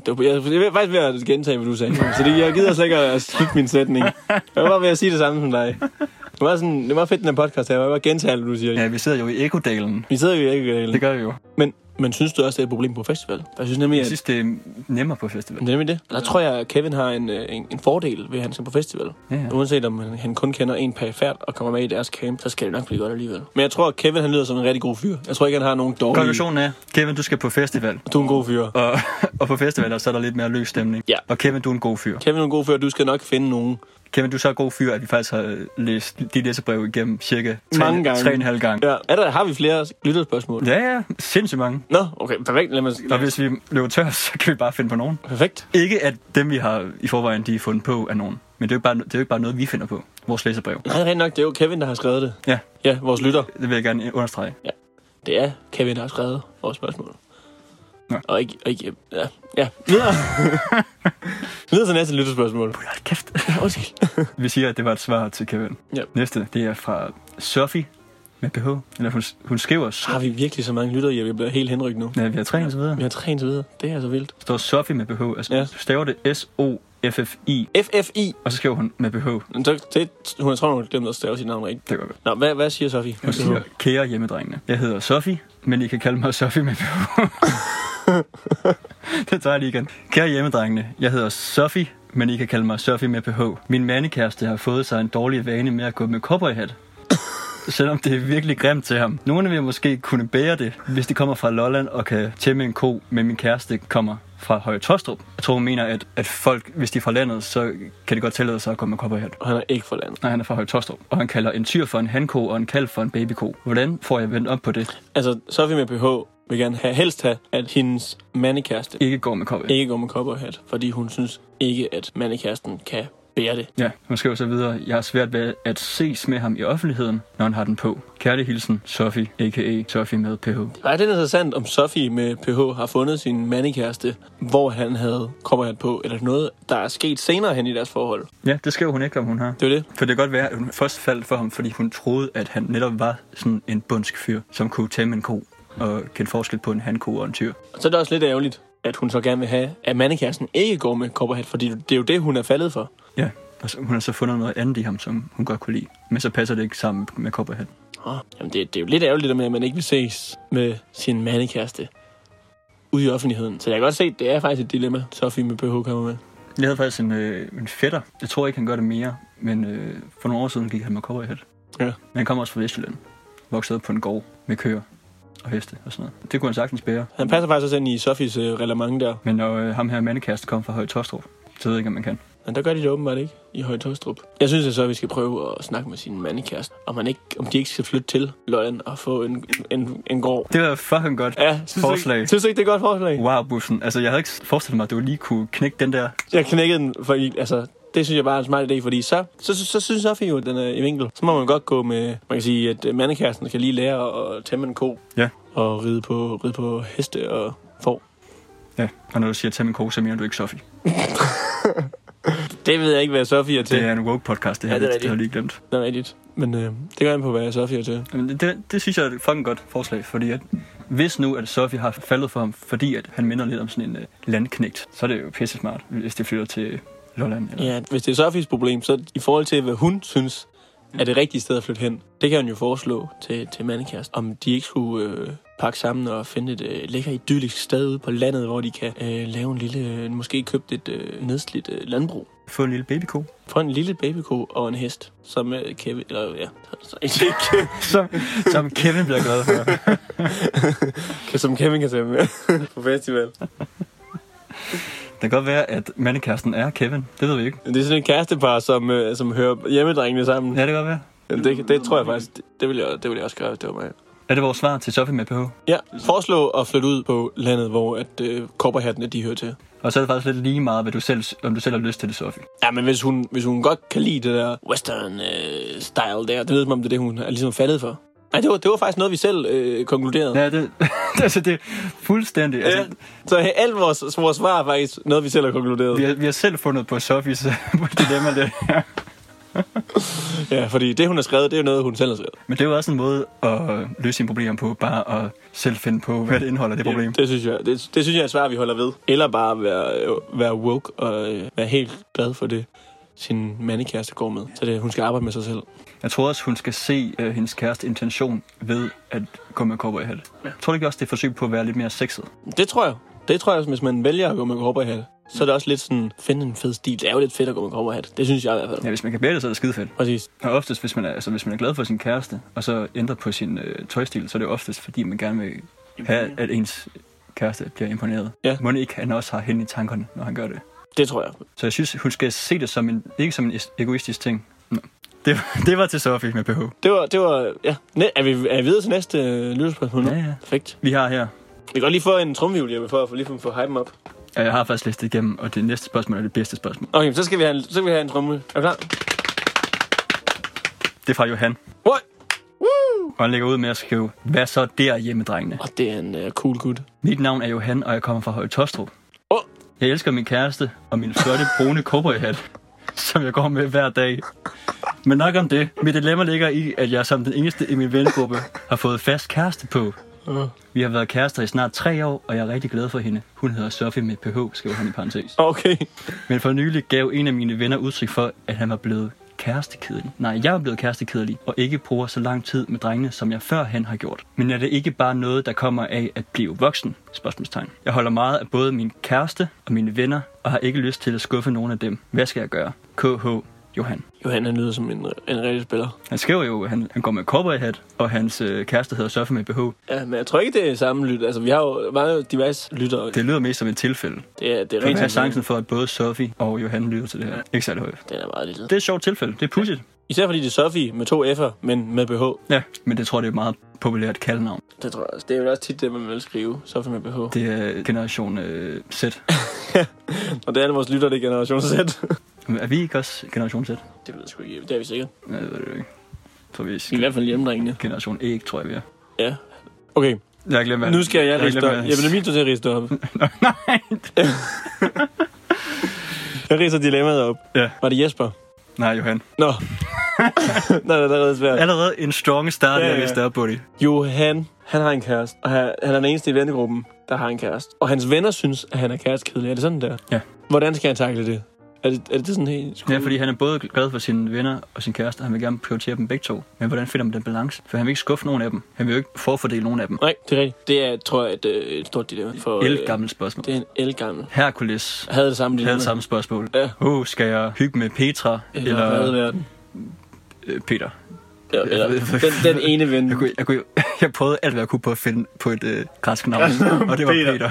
Speaker 3: Det var, jeg, jeg er faktisk ved at gentage, hvad du sagde. Så det, jeg gider slet ikke at slutte min sætning. Jeg var bare ved at sige det samme som dig. Det var, sådan, det var fedt, den her podcast her. Jeg var bare gentage alt, hvad du siger. Ja.
Speaker 2: Ja, vi sidder jo i ekodalen.
Speaker 3: Vi sidder jo ikke...
Speaker 2: Det gør vi jo.
Speaker 3: Men, men synes du også, det er et problem på festival? Jeg synes nemlig,
Speaker 2: Jeg
Speaker 3: at
Speaker 2: synes, det er nemmere på festival.
Speaker 3: Men Det er nemlig det. Der tror jeg, at Kevin har en, øh, en, en fordel ved, at han skal på festival.
Speaker 2: Ja, ja.
Speaker 3: Uanset om han- han kun kender en perifært og kommer med i deres camp, så skal det nok blive godt alligevel. Men jeg tror, at Kevin han lyder som en rigtig god fyr. Jeg tror ikke, han har nogen dårlige...
Speaker 2: Konklusionen er, Kevin, du skal på festival.
Speaker 3: Du er en god fyr.
Speaker 2: Og, og på festivaler, så er der lidt mere løs stemning.
Speaker 3: Ja.
Speaker 2: Og Kevin, du er en god fyr.
Speaker 3: Kevin er en god fyr, du skal nok finde nogen.
Speaker 2: Kevin, du er så god fyr, at vi faktisk har øh, læst de læsebrev igennem cirka
Speaker 3: Mange gange.
Speaker 2: 3,5 gange.
Speaker 3: Ja. Er der, har vi flere lytterspørgsmål?
Speaker 2: Ja, ja, sindssygt mange.
Speaker 3: Nå, okay, perfekt. Lad mig...
Speaker 2: Og hvis vi løber tør, så kan vi bare finde på nogen.
Speaker 3: Perfekt.
Speaker 2: Ikke at dem, vi har i forvejen, de er fundet på af nogen. Men det er jo ikke bare, det er jo ikke bare noget, vi finder på. Vores læserbrev.
Speaker 3: Nej, rent nok, det er jo Kevin, der har skrevet det.
Speaker 2: Ja,
Speaker 3: Ja, vores lytter.
Speaker 2: det vil jeg gerne understrege.
Speaker 3: Det er Kevin, der har skrevet vores spørgsmål.
Speaker 2: Nå.
Speaker 3: Og ikke... Og ikke ja, ja. Videre. Videre til næste lytterspørgsmål.
Speaker 2: Hold kæft.
Speaker 3: Undskyld.
Speaker 2: Vi siger, at det var et svar til Kevin.
Speaker 3: Ja.
Speaker 2: Næste, det er fra Sophie med BH. Eller hun, hun skriver...
Speaker 3: Har vi virkelig så mange lyttere i, at vi bliver helt henrykt nu?
Speaker 2: Ja, vi har tre og så videre.
Speaker 3: Vi har tre indtil videre. Det er altså vildt.
Speaker 2: står Sophie med BH. Altså,
Speaker 3: Ja.
Speaker 2: ja. staver det S-O-F-F-I,
Speaker 3: FFI.
Speaker 2: og så skriver hun med BH.
Speaker 3: Men så- Det, hun, jeg tror, hun har glemt at stave sit navn rigtigt.
Speaker 2: Det var godt.
Speaker 3: Nå, hvad, hvad siger Sofie?
Speaker 2: Hun siger, kære hjemmedrengene, jeg hedder Sophie, men I kan kalde mig Sophie med BH. det tager jeg lige igen. Kære hjemmedrengene, jeg hedder Sophie, men I kan kalde mig Sophie med BH. Min mandekæreste har fået sig en dårlig vane med at gå med cowboyhat. Selvom det er virkelig grimt til ham. Nogle vil måske kunne bære det, hvis det kommer fra Lolland og kan tæmme en ko, men min kæreste kommer fra Høje Tostrup. Jeg tror, hun mener, at, at folk, hvis de er fra landet, så kan det godt tillade sig at gå med cowboyhat.
Speaker 3: Og han er ikke fra landet.
Speaker 2: Nej, han er fra Høje Tostrup, og han kalder en tyr for en hanko og en kalv for en babyko. Hvordan får jeg vendt op på det?
Speaker 3: Altså, Sofie med PH vil gerne have, helst have, at hendes mandekæreste
Speaker 2: Ikke går med cowboy.
Speaker 3: ikke går med cowboyhat, fordi hun synes ikke, at mandekæresten kan bære det.
Speaker 2: Ja, hun skriver så videre, jeg har svært ved at ses med ham i offentligheden, når han har den på. Kærlig hilsen, Sofie, a.k.a. Sofie med PH.
Speaker 3: Nej, det er interessant, om Sofie med PH har fundet sin mandekæreste, hvor han havde cowboyhat på, eller noget, der er sket senere hen i deres forhold.
Speaker 2: Ja, det skriver hun ikke, om hun har.
Speaker 3: Det er jo det.
Speaker 2: For det kan godt være, at hun først faldt for ham, fordi hun troede, at han netop var sådan en bundsk fyr, som kunne tæmme en ko og kende forskel på en hanko og en tyr.
Speaker 3: Og så er det også lidt ærgerligt, at hun så gerne vil have, at mandekæresten ikke går med cowboyhat, fordi det er jo det, hun er faldet for.
Speaker 2: Ja, og så, hun har så fundet noget andet i ham, som hun godt kunne lide. Men så passer det ikke sammen med Copperhead.
Speaker 3: Oh, jamen det, det er jo lidt ærgerligt, det med, at man ikke vil ses med sin mandekæreste ude i offentligheden. Så jeg kan godt se, at det er faktisk et dilemma, Sofie med PH kommer med.
Speaker 2: Jeg havde faktisk en, øh, en fætter. Jeg tror ikke, han gør det mere, men øh, for nogle år siden gik han med cowboyhat.
Speaker 3: Ja.
Speaker 2: Men han kom også fra Vestjylland. Voksede op på en gård med køer og heste og sådan noget. Det kunne han sagtens bære.
Speaker 3: Han passer faktisk også ind i Sofies øh, reglement der.
Speaker 2: Men når øh, ham her mandekæreste kom fra Høje Tostrup, så ved jeg ikke, om man kan.
Speaker 3: Men der gør de det åbenbart ikke i Højtostrup. Jeg synes, at så vi skal prøve at snakke med sin mandekæreste, om, man ikke, om de ikke skal flytte til Lolland og få en, en, en gård.
Speaker 2: Det var fucking godt.
Speaker 3: Ja, synes du
Speaker 2: Forslag.
Speaker 3: Ikke, synes du ikke, det er et godt forslag?
Speaker 2: Wow, bussen. Altså, jeg havde ikke forestillet mig, at du lige kunne knække den der.
Speaker 3: Jeg knækkede den, for altså, det synes jeg bare er en smart idé, fordi så, så, så, så synes Sofie jo, at den er i vinkel. Så må man godt gå med, man kan sige, at øh, mandekæresten kan lige lære at tæmme en ko.
Speaker 2: Ja.
Speaker 3: Og ride på, ride på heste og får.
Speaker 2: Ja, og når du siger, tag min ko, så mener du ikke Sofie.
Speaker 3: Det ved jeg ikke, hvad Sofie er til.
Speaker 2: Det er en woke podcast, det her.
Speaker 3: Ja, det er
Speaker 2: det, det har jeg lige glemt.
Speaker 3: Det er rigtigt. Men øh, det går an på, hvad Sofie er til.
Speaker 2: Men det, det synes jeg er et fucking godt forslag, fordi at Hvis nu, at Sofie har faldet for ham, fordi at han minder lidt om sådan en øh, landknægt, så er det jo pisse smart, hvis det flytter til Lolland. Eller...
Speaker 3: Ja, hvis det er Sofies problem, så i forhold til, hvad hun synes er det rigtige sted at flytte hen, det kan hun jo foreslå til, til mandekæreste, om de ikke skulle øh, pakke sammen og finde et øh, lækker idyllisk sted ude på landet, hvor de kan øh, lave en lille, øh, måske købt et øh, nedslidt øh, landbrug.
Speaker 2: Få en lille babyko.
Speaker 3: Få en lille babyko og en hest, som øh, Kevin, eller ja, så, så, ikke Kevin,
Speaker 2: Som, som Kevin bliver glad for.
Speaker 3: som Kevin kan tage med på festival.
Speaker 2: Det kan godt være, at mandekæresten er Kevin. Det ved vi ikke.
Speaker 3: Det er sådan et kærestepar, som, øh, som hører hjemmedrengene sammen.
Speaker 2: Ja, det kan godt være.
Speaker 3: Ja. Det, det, tror jeg faktisk, det, det, ville jeg, det ville jeg også gøre, hvis det var mig.
Speaker 2: Er det vores svar til Sofie med PH?
Speaker 3: Ja, foreslå at flytte ud på landet, hvor at øh, kopperhattene de hører til.
Speaker 2: Og så er det faktisk lidt lige meget, hvad du selv, om du selv har lyst til det, Sofie.
Speaker 3: Ja, men hvis hun, hvis hun godt kan lide det der western øh, style der, det lyder som om, det er det, hun er ligesom faldet for. Nej, det var, det var faktisk noget, vi selv øh, konkluderede. Ja.
Speaker 2: Ja, det, altså, det er fuldstændig. Ja. Altså,
Speaker 3: Så øh, alt vores, vores svar er faktisk noget, vi selv har konkluderet.
Speaker 2: vi,
Speaker 3: Ja.
Speaker 2: har, vi har selv fundet på Sofies dilemma der.
Speaker 3: ja, fordi det, hun har skrevet, det er jo noget, hun selv har skrevet.
Speaker 2: Men det er jo også en måde at løse sine problemer på, bare at selv finde på, hvad det indeholder, det problem.
Speaker 3: Det, det, synes jeg, det, det synes jeg er et svar, vi holder ved. Eller bare være, øh, være woke og øh, være helt glad for det, sin mandekæreste går med. Så det, hun skal arbejde med sig selv.
Speaker 2: Jeg tror også, hun skal se øh, hendes kæreste intention ved at gå med cowboy hat. Ja. Tror du ikke også, det er et forsøg på at være lidt mere sexet?
Speaker 3: Det tror jeg. Det tror jeg, hvis man vælger at gå med cowboyhat, så er det også lidt sådan, finde en fed stil. Det er jo lidt fedt at gå med cowboyhat. Det synes jeg i hvert fald.
Speaker 2: Ja,
Speaker 3: Ja.
Speaker 2: hvis man kan bære det, så er det skide fedt.
Speaker 3: Præcis.
Speaker 2: Og oftest, hvis man, er, altså, hvis man er glad for sin kæreste, og så ændrer på sin øh, tøjstil, så er det jo oftest, fordi man gerne vil have, at ens kæreste bliver imponeret.
Speaker 3: Ja.
Speaker 2: Må ikke, han også har hende i tankerne, når han gør det.
Speaker 3: Det tror jeg.
Speaker 2: Så jeg synes, hun skal se det som en, ikke som en es- egoistisk ting. Nå. Det, var- det var til Sofie med BH.
Speaker 3: Det var, det var ja. Næ- er, vi, er vi videre til næste øh, lytterspørgsmål nu?
Speaker 2: Ja, ja.
Speaker 3: Perfekt.
Speaker 2: Vi har her,
Speaker 3: Vi kan godt lige få en trumvivl, Jeppe, for at få, lige for at få hypen op.
Speaker 2: og jeg har faktisk læst det igennem, og det næste spørgsmål er det bedste spørgsmål.
Speaker 3: Okay, så skal vi have en, så skal vi have en trumme. Er du klar?
Speaker 2: Det er fra Johan,
Speaker 3: What?
Speaker 2: og han lægger ud med at skrive, hvad så der hjemmedrengene?
Speaker 3: Og det er en uh, cool gut.
Speaker 2: Mit navn er Johan, og jeg kommer fra Høje Tostrup.
Speaker 3: Åh.
Speaker 2: Jeg elsker min kæreste og min flotte brune cowboyhat, som jeg går med hver dag. Men nok om det. Mit dilemma ligger i, at jeg som den eneste i min vennegruppe har fået fast kæreste på. Vi har været kærester i snart tre år, og jeg er rigtig glad for hende. Hun hedder Sofie med PH, skriver han i parentes.
Speaker 3: Oh, Okay.
Speaker 2: Men for nylig gav en af mine venner udtryk for, at han var blevet kærestekedelig. Nej, jeg er blevet kærestekedelig, og ikke bruger så lang tid med drengene, som jeg førhen har gjort. Men er det ikke bare noget, der kommer af at blive voksen? Spørgsmålstegn. Jeg holder meget af både min kæreste og mine venner, og har ikke lyst til at skuffe nogen af dem. Hvad skal jeg gøre? KH Johan.
Speaker 3: Johan, han lyder som en, en rigtig spiller.
Speaker 2: Han skriver jo, at han, han går med cowboyhat, og hans øh, kæreste hedder Sofie med BH.
Speaker 3: Ja, men jeg tror ikke, det er samme lyt. Altså, vi har jo meget diverse lyttere. Det,
Speaker 2: Det lyder mest som et tilfælde.
Speaker 3: det er, det er
Speaker 2: Hvad er
Speaker 3: rent
Speaker 2: chancen for, at både Sofie og Johan lytter til det her? Ikke særlig højt.
Speaker 3: Den er meget lille.
Speaker 2: Det er et sjovt tilfælde. Det er pudsigt.
Speaker 3: Især fordi det er Sofie med to F'er, men med BH.
Speaker 2: Ja, men det tror jeg, det er et meget populært kaldnavn.
Speaker 3: Det tror jeg også. Det er jo også tit det, man vil skrive. Så med BH. Det.
Speaker 2: Det er generation øh, Z.
Speaker 3: Og det er alle vores lytter, det er generation Z.
Speaker 2: Men Er vi ikke også generation Z? Nej,
Speaker 3: det ved jeg sgu ikke. Det er vi sikkert.
Speaker 2: det ved jeg ikke. Så er vi
Speaker 3: I hvert fald hjemmedrengene.
Speaker 2: generation E, tror jeg, vi er.
Speaker 3: Ja. Okay,
Speaker 2: Jeg har glemt, hvad-
Speaker 3: nu skal jeg
Speaker 2: har
Speaker 3: riste
Speaker 2: glemt,
Speaker 3: op.
Speaker 2: hvad-
Speaker 3: Jamen, det er min tur til at riste op.
Speaker 2: Nej.
Speaker 3: Jeg riser dilemmaet op.
Speaker 2: Ja.
Speaker 3: Var det Jesper?
Speaker 2: Nej, Johan.
Speaker 3: Nå. Nej, det er allerede svært.
Speaker 2: Allerede en strong start,
Speaker 3: Ja,
Speaker 2: ja,
Speaker 3: ja.
Speaker 2: ja. hvis der er på det.
Speaker 3: Johan, han har en kæreste. Og han han er den eneste i vennegruppen, der har en kæreste. Og hans venner synes, at han er kærestekedelig. Er det sådan der?
Speaker 2: Ja.
Speaker 3: Hvordan skal han takle det? Er det, er det sådan helt...
Speaker 2: Ja, fordi han er både glad for sine venner og sin kæreste, og han vil gerne prioritere dem begge to. Men hvordan finder man den balance? For han vil ikke skuffe nogen af dem. Han vil jo ikke forfordele nogen af dem.
Speaker 3: Nej, det er rigtigt. Det er, tror jeg, et, øh, et stort dilemma. For, øh,
Speaker 2: Et gammelt spørgsmål.
Speaker 3: Det er en elgammel.
Speaker 2: Herkules
Speaker 3: Havde det samme dilemma.
Speaker 2: havde samme spørgsmål.
Speaker 3: Ja.
Speaker 2: Oh, skal jeg hygge med Petra
Speaker 3: Eller, eller redde
Speaker 2: eller
Speaker 3: verden.
Speaker 2: øh, Peter?
Speaker 3: Ja, eller, den, den ene ven.
Speaker 2: Jeg, kunne, jeg, kunne, jeg prøvede alt, hvad jeg kunne på at finde på et øh, græsk navn, og det var
Speaker 3: Peter.
Speaker 2: Peter.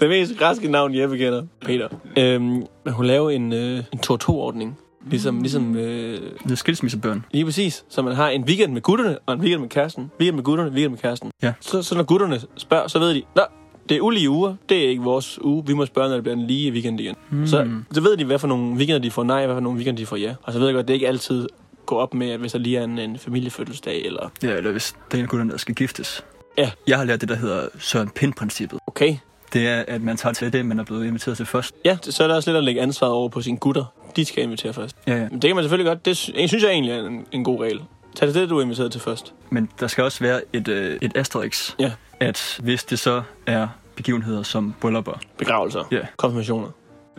Speaker 3: Den mest græske navn, Jeppe kender. Peter. Øhm, men hun laver en, øh, en Tor-2-ordning.
Speaker 2: Mm.
Speaker 3: Ligesom, ligesom øh,
Speaker 2: Det er skilsmissebørn.
Speaker 3: lige præcis. Så man har en weekend med gutterne, og en weekend med kæresten. Weekend med gutterne, weekend med kæresten.
Speaker 2: Ja.
Speaker 3: Så, så når gutterne spørger, så ved de, Nå, det er ulige uger. Det er ikke vores uge. Vi må spørge, når det bliver en lige weekend igen. Mm. Så, så ved de, hvad for nogle weekender de får nej, hvad for nogle weekender de får ja. Og så ved jeg godt, det er ikke altid går op med, at hvis der lige er en, en familiefødselsdag, eller
Speaker 2: Ja, eller hvis det er en af gutterne, der skal giftes.
Speaker 3: Ja.
Speaker 2: Jeg har lært det, der hedder Søren Pind-princippet.
Speaker 3: okay,
Speaker 2: Det er, at man tager til det, man er blevet inviteret til først.
Speaker 3: Ja, det- så er det også lidt at lægge ansvaret over på sine gutter. De skal invitere først.
Speaker 2: Ja, ja.
Speaker 3: Men det kan man selvfølgelig godt. Det sy- synes jeg egentlig er en, en god regel. Tag det, du er inviteret til først.
Speaker 2: Men der skal også være et, øh, et asterix.
Speaker 3: Ja.
Speaker 2: at hvis det så er begivenheder som bryllupper,
Speaker 3: Begravelser.
Speaker 2: Ja.
Speaker 3: Konfirmationer.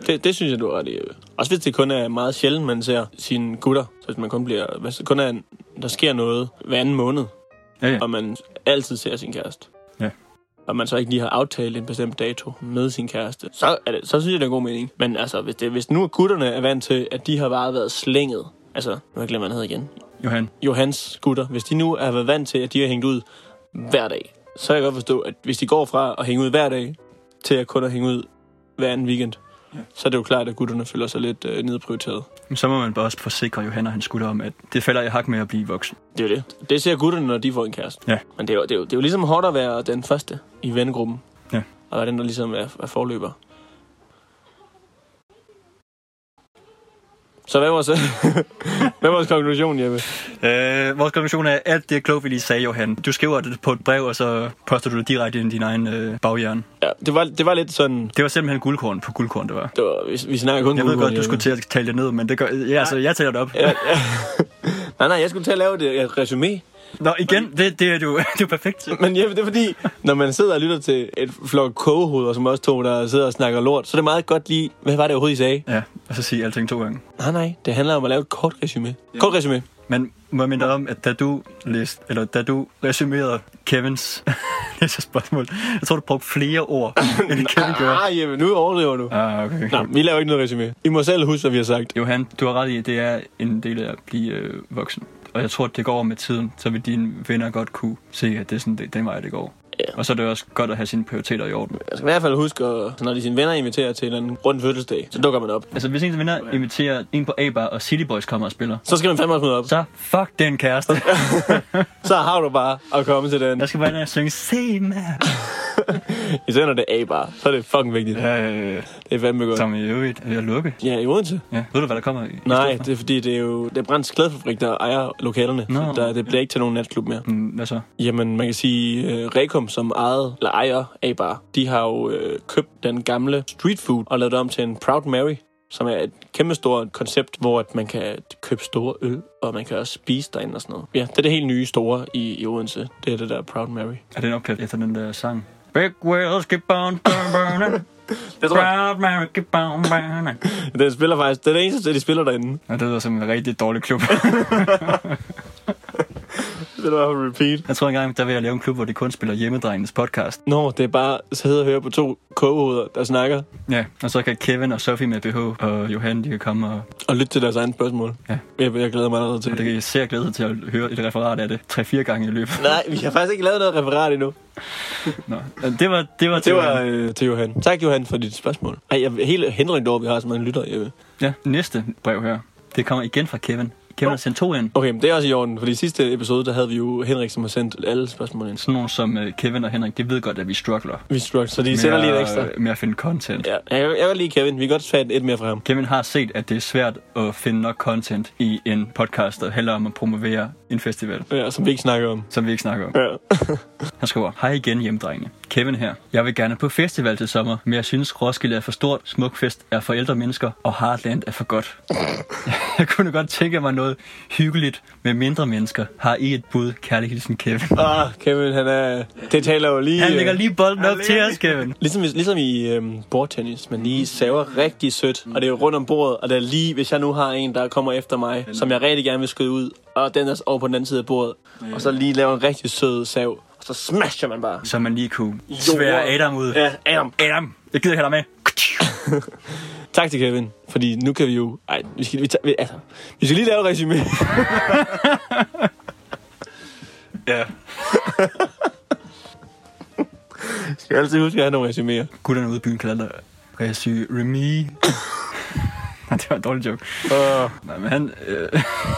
Speaker 3: Det, det synes jeg, du er ret i. Også hvis det kun er meget sjældent, man ser sine gutter. Så hvis man kun bliver... Hvis det kun er, en- der sker noget hver anden måned,
Speaker 2: ja, ja.
Speaker 3: og man altid ser sin kæreste.
Speaker 2: Ja.
Speaker 3: Og man så ikke lige har aftalt en bestemt dato med sin kæreste. Så, er det, så synes jeg, det er en god mening. Men altså, hvis, det, hvis nu gutterne er vant til, at de har bare været slænget. Altså, nu har jeg glemt, hvad han hedder igen.
Speaker 2: Johan,
Speaker 3: Johans gutter, hvis de nu har været vant til, at de har hængt ud hver dag, så kan jeg godt forstå, at hvis de går fra at hænge ud hver dag, til at kun at hænge ud hver anden weekend,
Speaker 2: Ja.
Speaker 3: ja. så er det jo klart, at gutterne føler sig lidt øh, nedprioriteret.
Speaker 2: så må man bare også forsikre Johan og hans gutter om, at det falder i hak med at blive voksen.
Speaker 3: Det er jo det. Det ser gutterne, når de får en kæreste.
Speaker 2: Ja.
Speaker 3: Men det er, jo, det, er jo, det er jo ligesom hårdt at være den første i vennegruppen.
Speaker 2: Ja.
Speaker 3: Og være den, der ligesom er, er forløber. Så hvad var så? hvad var vores konklusion, Jeppe?
Speaker 2: Øh, vores konklusion er, at det er klogt, vi lige sagde, Johan. Du skriver det på et brev, og så poster du det direkte ind i din egen øh, baghjerne.
Speaker 3: Ja, det var, det var lidt sådan...
Speaker 2: Det var simpelthen guldkorn på guldkorn, det var.
Speaker 3: Det var, vi, vi snakker kun
Speaker 2: Jeg ved
Speaker 3: guldkorn,
Speaker 2: godt, du
Speaker 3: Jeppe.
Speaker 2: skulle til at tale det ned, men det gør, ja, altså, jeg taler det op.
Speaker 3: Ja, ja. nej, nej, jeg skulle til at lave et, et resume.
Speaker 2: Nå, igen, det, det er du, du er perfekt.
Speaker 3: Men Jeppe, det er fordi, når man sidder og lytter til et flok kogehoveder, som også to, der sidder og snakker lort, så er det meget godt lige, hvad var det overhovedet, I sagde?
Speaker 2: Ja, og så sige alting to gange.
Speaker 3: Nej, nej, det handler om at lave et kort resume. Kort resume.
Speaker 2: Men må jeg minde dig om, at da du læste, eller da du resumerede Kevins næste spørgsmål, jeg tror, du brugte flere ord, end Kevin gjorde.
Speaker 3: Ah, Jeppe, nu overdriver du.
Speaker 2: Ah, okay.
Speaker 3: Nej, vi laver ikke noget resume. I må selv huske, hvad vi har sagt.
Speaker 2: Johan, du har ret i, at det er en del af at blive øh, voksen. Og jeg tror, at det går over med tiden, så vil dine venner godt kunne se, at det er sådan, det, den vej, det går.
Speaker 3: Ja.
Speaker 2: Og så er det også godt at have sine prioriteter i orden.
Speaker 3: Jeg skal i hvert fald huske, at når de sine venner inviterer til en eller anden rund fødselsdag, så dukker man op.
Speaker 2: Altså, hvis ens venner inviterer en på A-bar, og City Boys kommer og spiller,
Speaker 3: Så skal man fandme også møde op.
Speaker 2: så fuck den kæreste.
Speaker 3: Så har du bare at komme til den.
Speaker 2: Jeg skal bare ind og synge, se mig.
Speaker 3: Især når det er A-bar, så er det fucking vigtigt.
Speaker 2: Øh,
Speaker 3: Det er fandme godt.
Speaker 2: som i øvrigt er ved at lukke.
Speaker 3: Ja, i Odense.
Speaker 2: Ja. Ved du, hvad der kommer i? i
Speaker 3: Nej,
Speaker 2: stedet
Speaker 3: det er fordi, det er jo det er Brands Klædefabrik, der ejer lokalerne.
Speaker 2: Nå,
Speaker 3: så der, det bliver ikke til nogen natklub mere.
Speaker 2: for? Mm, Hvad så?
Speaker 3: Jamen, man kan sige, uh, Rekum, som ejede, eller ejer A-Bar, de har jo uh, købt den gamle street food og lavet det om til en Proud Mary, som er et kæmpestort koncept, hvor at man kan købe store øl, og man kan også spise derinde og sådan noget. Ja, det er det helt nye store i, i Odense. Det er det der Proud Mary.
Speaker 2: Er den opkaldt efter den der sang? Big wheels keep on burning,
Speaker 3: Det tror jeg.
Speaker 2: proud Mary keep on burning.
Speaker 3: Den spiller faktisk, det er det eneste, de spiller derinde.
Speaker 2: Ja, det lyder som en rigtig dårlig klub.
Speaker 3: Det er bare repeat.
Speaker 2: Jeg tror engang, der vil jeg lave en klub, hvor de kun spiller hjemmedrengenes podcast.
Speaker 3: Nå, det er bare sidde og høre på to kogehoveder, der snakker
Speaker 2: Ja, og så kan Kevin og Sofie med BH og Johan, de kan komme og,
Speaker 3: og lytte til deres egne spørgsmål.
Speaker 2: Ja.
Speaker 3: Jeg, jeg glæder mig allerede til
Speaker 2: og det kan jeg ser glæde sig til at høre et referat af det 3-4 gange i løbet.
Speaker 3: Nej, vi har faktisk ikke lavet noget referat endnu.
Speaker 2: Nå. Det var, det var,
Speaker 3: Det var øh, til Johan. Tak, Johan, for dit spørgsmål. Ej, jeg er helt hindring over, vi har så mange lytter. Jeppe.
Speaker 2: Ja, næste brev her. Det kommer igen fra Kevin. Kevin har sendt to ind.
Speaker 3: Okay, men det er også i orden, for i sidste episode, der havde vi jo Henrik, som har sendt alle spørgsmålene ind.
Speaker 2: Sådan nogle som øh, Kevin og Henrik, de ved godt, at vi struggler.
Speaker 3: Vi struck, så de
Speaker 2: med
Speaker 3: sender lige
Speaker 2: at-
Speaker 3: en ekstra.
Speaker 2: Med at finde content.
Speaker 3: Ja, jeg, jeg kan godt lide Kevin. Vi kan godt tage et mere fra ham.
Speaker 2: Kevin har set, at det er svært at finde nok content i en podcast, der handler om at promovere en festival,
Speaker 3: Ja, som vi ikke snakker om.
Speaker 2: som vi ikke snakker om.
Speaker 3: Ja.
Speaker 2: Han skriver, Hej igen hjemdrengene. Kevin her. Jeg vil gerne på festival til sommer, men jeg synes Roskilde er for stort, Smukfest er for ældre mennesker, og Heartland er for godt. jeg kunne godt tænke mig noget hyggeligt med mindre mennesker. Har I et bud? Kærlig hilsen, Kevin.
Speaker 3: Ah, Kevin, han er... Det taler jo lige...
Speaker 2: Han
Speaker 3: øh,
Speaker 2: lægger lige bolden op til os, Kevin.
Speaker 3: Ligesom, hvis- ligesom i øhm, bordtennis, man lige saver rigtig sødt, og det er jo rundt om bordet, og det er lige, hvis jeg nu har en, der kommer efter mig, som jeg rigtig gerne vil skyde ud, og den er over på den anden side af bordet, og så lige laver en rigtig sød sav, og så smasher man bare.
Speaker 2: Så man lige kunne svære Adam ud.
Speaker 3: Ja, Adam.
Speaker 2: Adam, jeg gider ikke have dig med.
Speaker 3: Tak til Kevin, fordi nu kan vi jo... Ej, vi skal, vi, tager, vi, altså, vi skal lige lave et resume.
Speaker 2: Ja.
Speaker 3: skal altid huske at have nogle resuméer.
Speaker 2: Gutterne ude i byen kalder dig Resu Remy. Nej, det var en dårlig joke.
Speaker 3: Uh,
Speaker 2: Nej, men han... Øh,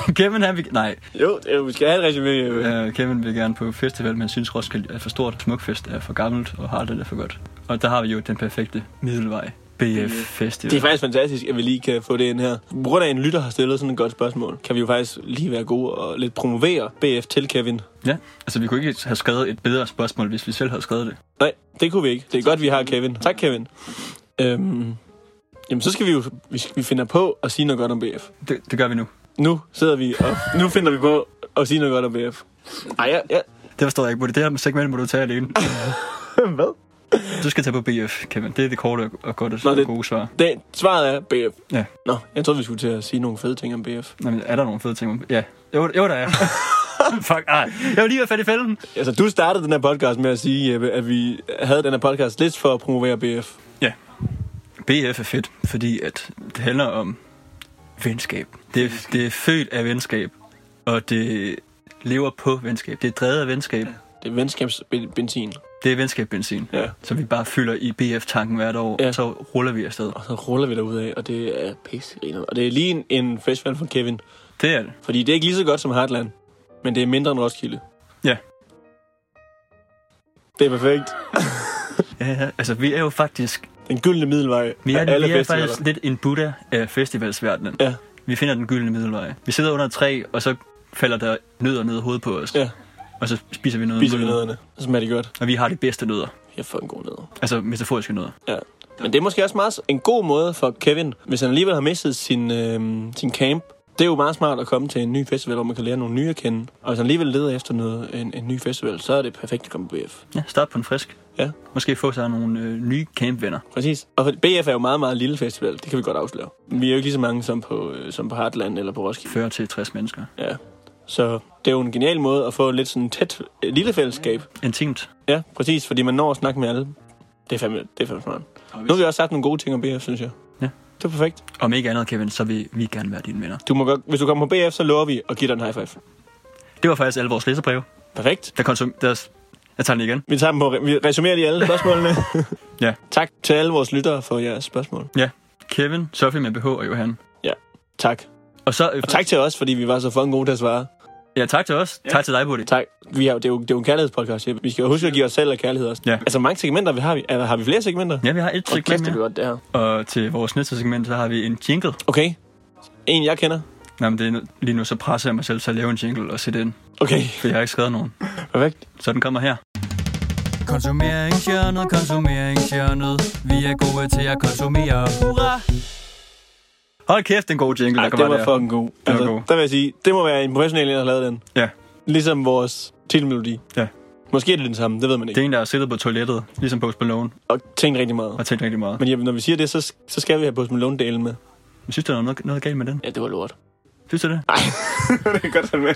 Speaker 2: Kevin, han vil... Nej,
Speaker 3: jo, øh, vi skal have et resume. Øh.
Speaker 2: Øh, Kevin vil gerne på festival, men synes Roskilde er for stort, Smukfest er for gammelt, og Harald er for godt. Og der har vi jo den perfekte middelvej. BF Festival.
Speaker 3: Det er faktisk fantastisk, at vi lige kan få det ind her. På grund af, at en lytter har stillet sådan et godt spørgsmål, kan vi jo faktisk lige være gode og lidt promovere BF til Kevin.
Speaker 2: Ja, altså vi kunne ikke have skrevet et bedre spørgsmål, hvis vi selv havde skrevet det.
Speaker 3: Nej, det kunne vi ikke. Det er godt, vi har Kevin. Tak, Kevin. Øhm, jamen, så skal vi jo vi, skal- vi finder på at sige noget godt om BF.
Speaker 2: Det, det gør vi nu.
Speaker 3: Nu sidder vi og... Nu finder vi på at sige noget godt om BF. Ej, jeg, jeg,
Speaker 2: Det forstår jeg ikke, Buddy. Det her segment må du tage alene.
Speaker 3: Hvad?
Speaker 2: Du skal tage på BF, Kevin. Det er det korte og gode,
Speaker 3: Nå,
Speaker 2: Nå,
Speaker 3: det-
Speaker 2: det... gode svar.
Speaker 3: Det, svaret er BF.
Speaker 2: Ja.
Speaker 3: Nå, jeg troede, vi skulle til at sige nogle fede ting om BF.
Speaker 2: Nå, men er der nogle fede ting? om- Ja. Jo, jo der er. Fuck, ej. Jeg var lige ved at fat i fælden.
Speaker 3: Altså, du startede den her podcast med at sige, Jeppe, at vi havde den her podcast lidt for at promovere BF.
Speaker 2: Ja. BF er fedt, fordi at det handler om venskab. Det, det er født af venskab, og det lever på venskab. Det er drevet af venskab.
Speaker 3: Det er venskabsbenzin.
Speaker 2: Det er venskab-benzin,
Speaker 3: Ja.
Speaker 2: som vi bare fylder i BF-tanken hvert år,
Speaker 3: Ja.
Speaker 2: ja. så ruller vi afsted.
Speaker 3: Og så ruller vi derud af, og det er pissegrinet. Og det er lige en, en festival for Kevin.
Speaker 2: Det er det.
Speaker 3: Fordi det er ikke lige så godt som Heartland, men det er mindre end Roskilde.
Speaker 2: Ja.
Speaker 3: Det er perfekt.
Speaker 2: Ja, altså, vi er jo faktisk,
Speaker 3: Den gyldne middelvej
Speaker 2: vi
Speaker 3: af
Speaker 2: er,
Speaker 3: alle
Speaker 2: vi er
Speaker 3: festivaler.
Speaker 2: faktisk lidt en Buddha af festivalsverdenen.
Speaker 3: Ja,
Speaker 2: Vi finder den gyldne middelvej. Vi sidder under et træ, og så falder der nødder ned i hovedet på os.
Speaker 3: Ja.
Speaker 2: Og så spiser vi noget
Speaker 3: spiser vi nødderne. Så smager det godt.
Speaker 2: Og vi har de bedste nødder.
Speaker 3: Jeg får en god nødder.
Speaker 2: Altså metaforiske nødder.
Speaker 3: Ja. Men det er måske også meget s- en god måde for Kevin, hvis han alligevel har mistet sin, øh, sin camp. Det er jo meget smart at komme til en ny festival, hvor man kan lære nogle nye at kende. Og hvis han alligevel leder efter noget, en, en ny festival, så er det perfekt at komme på BF.
Speaker 2: Ja, start på en frisk.
Speaker 3: Ja.
Speaker 2: Måske få sig nogle øh, nye campvenner.
Speaker 3: Præcis. Og fordi BF er jo meget, meget lille festival. Det kan vi godt afsløre. Vi er jo ikke lige så mange som på, øh, som på Heartland eller på Roskilde.
Speaker 2: 40-60 mennesker.
Speaker 3: Ja. Så det er jo en genial måde at få lidt sådan tæt øh, lille fællesskab.
Speaker 2: Intimt.
Speaker 3: Ja, præcis, fordi man når at snakke med alle. Det er fandme, det er fandme smart. Nu har vi også sagt nogle gode ting om BF, synes jeg.
Speaker 2: Ja.
Speaker 3: Det er perfekt.
Speaker 2: Om ikke andet, Kevin, så vil vi gerne være dine venner.
Speaker 3: Du må godt, hvis du kommer på BF, så lover vi at give dig en high five.
Speaker 2: Det var faktisk alle vores læserbreve.
Speaker 3: Perfekt.
Speaker 2: Der konsum... Der... Jeg tager den igen.
Speaker 3: Vi tager dem på, vi resumerer lige alle spørgsmålene.
Speaker 2: Ja.
Speaker 3: Tak til alle vores lyttere for jeres spørgsmål.
Speaker 2: Kevin, Sofie med BH og Johan.
Speaker 3: Tak.
Speaker 2: Og så...
Speaker 3: Og tak til os, fordi vi var så fucking gode til at svare.
Speaker 2: Ja, tak til os. Ja. Tak til dig, Buddy.
Speaker 3: Tak. Vi har, det, er jo, det er jo en kærlighedspodcast. Jeppe. Vi skal jo huske at give os selv af kærlighed også.
Speaker 2: Ja.
Speaker 3: Altså, mange segmenter vi har vi. Eller har vi flere segmenter?
Speaker 2: Ja, vi har et
Speaker 3: Og kæft,
Speaker 2: segment
Speaker 3: det er
Speaker 2: mere.
Speaker 3: godt, det her.
Speaker 2: Og til vores næste segment, så har vi en jingle.
Speaker 3: Okay. En, jeg kender.
Speaker 2: Nej, men det er nu- lige nu, så presser jeg mig selv til at lave en jingle og sætte ind.
Speaker 3: Okay.
Speaker 2: For jeg har ikke skrevet nogen.
Speaker 3: Perfekt.
Speaker 2: Så den kommer her. Konsumeringshjørnet, konsumeringshjørnet. Vi er gode til at konsumere. Hurra! Hold kæft, den gode jingle,
Speaker 3: Ej,
Speaker 2: der
Speaker 3: det
Speaker 2: kommer
Speaker 3: var
Speaker 2: der.
Speaker 3: fucking god.
Speaker 2: var
Speaker 3: Altså,
Speaker 2: god.
Speaker 3: Der vil jeg sige, det må være en professionel, der har lavet den.
Speaker 2: Ja,
Speaker 3: Ligesom vores titelmelodi.
Speaker 2: Ja.
Speaker 3: Måske er det den samme, det ved man
Speaker 2: det
Speaker 3: ikke.
Speaker 2: er en, der har siddet på toilettet, ligesom Post Malone,
Speaker 3: Og tænkt rigtig meget.
Speaker 2: og tænkt rigtig meget.
Speaker 3: Men Jeppe, når vi siger det, så, så skal vi have Post Malone delen med.
Speaker 2: Men synes du, der er noget, noget galt med den?
Speaker 3: Ja, det var lort.
Speaker 2: Synes du det?
Speaker 3: Nej, det kan godt med.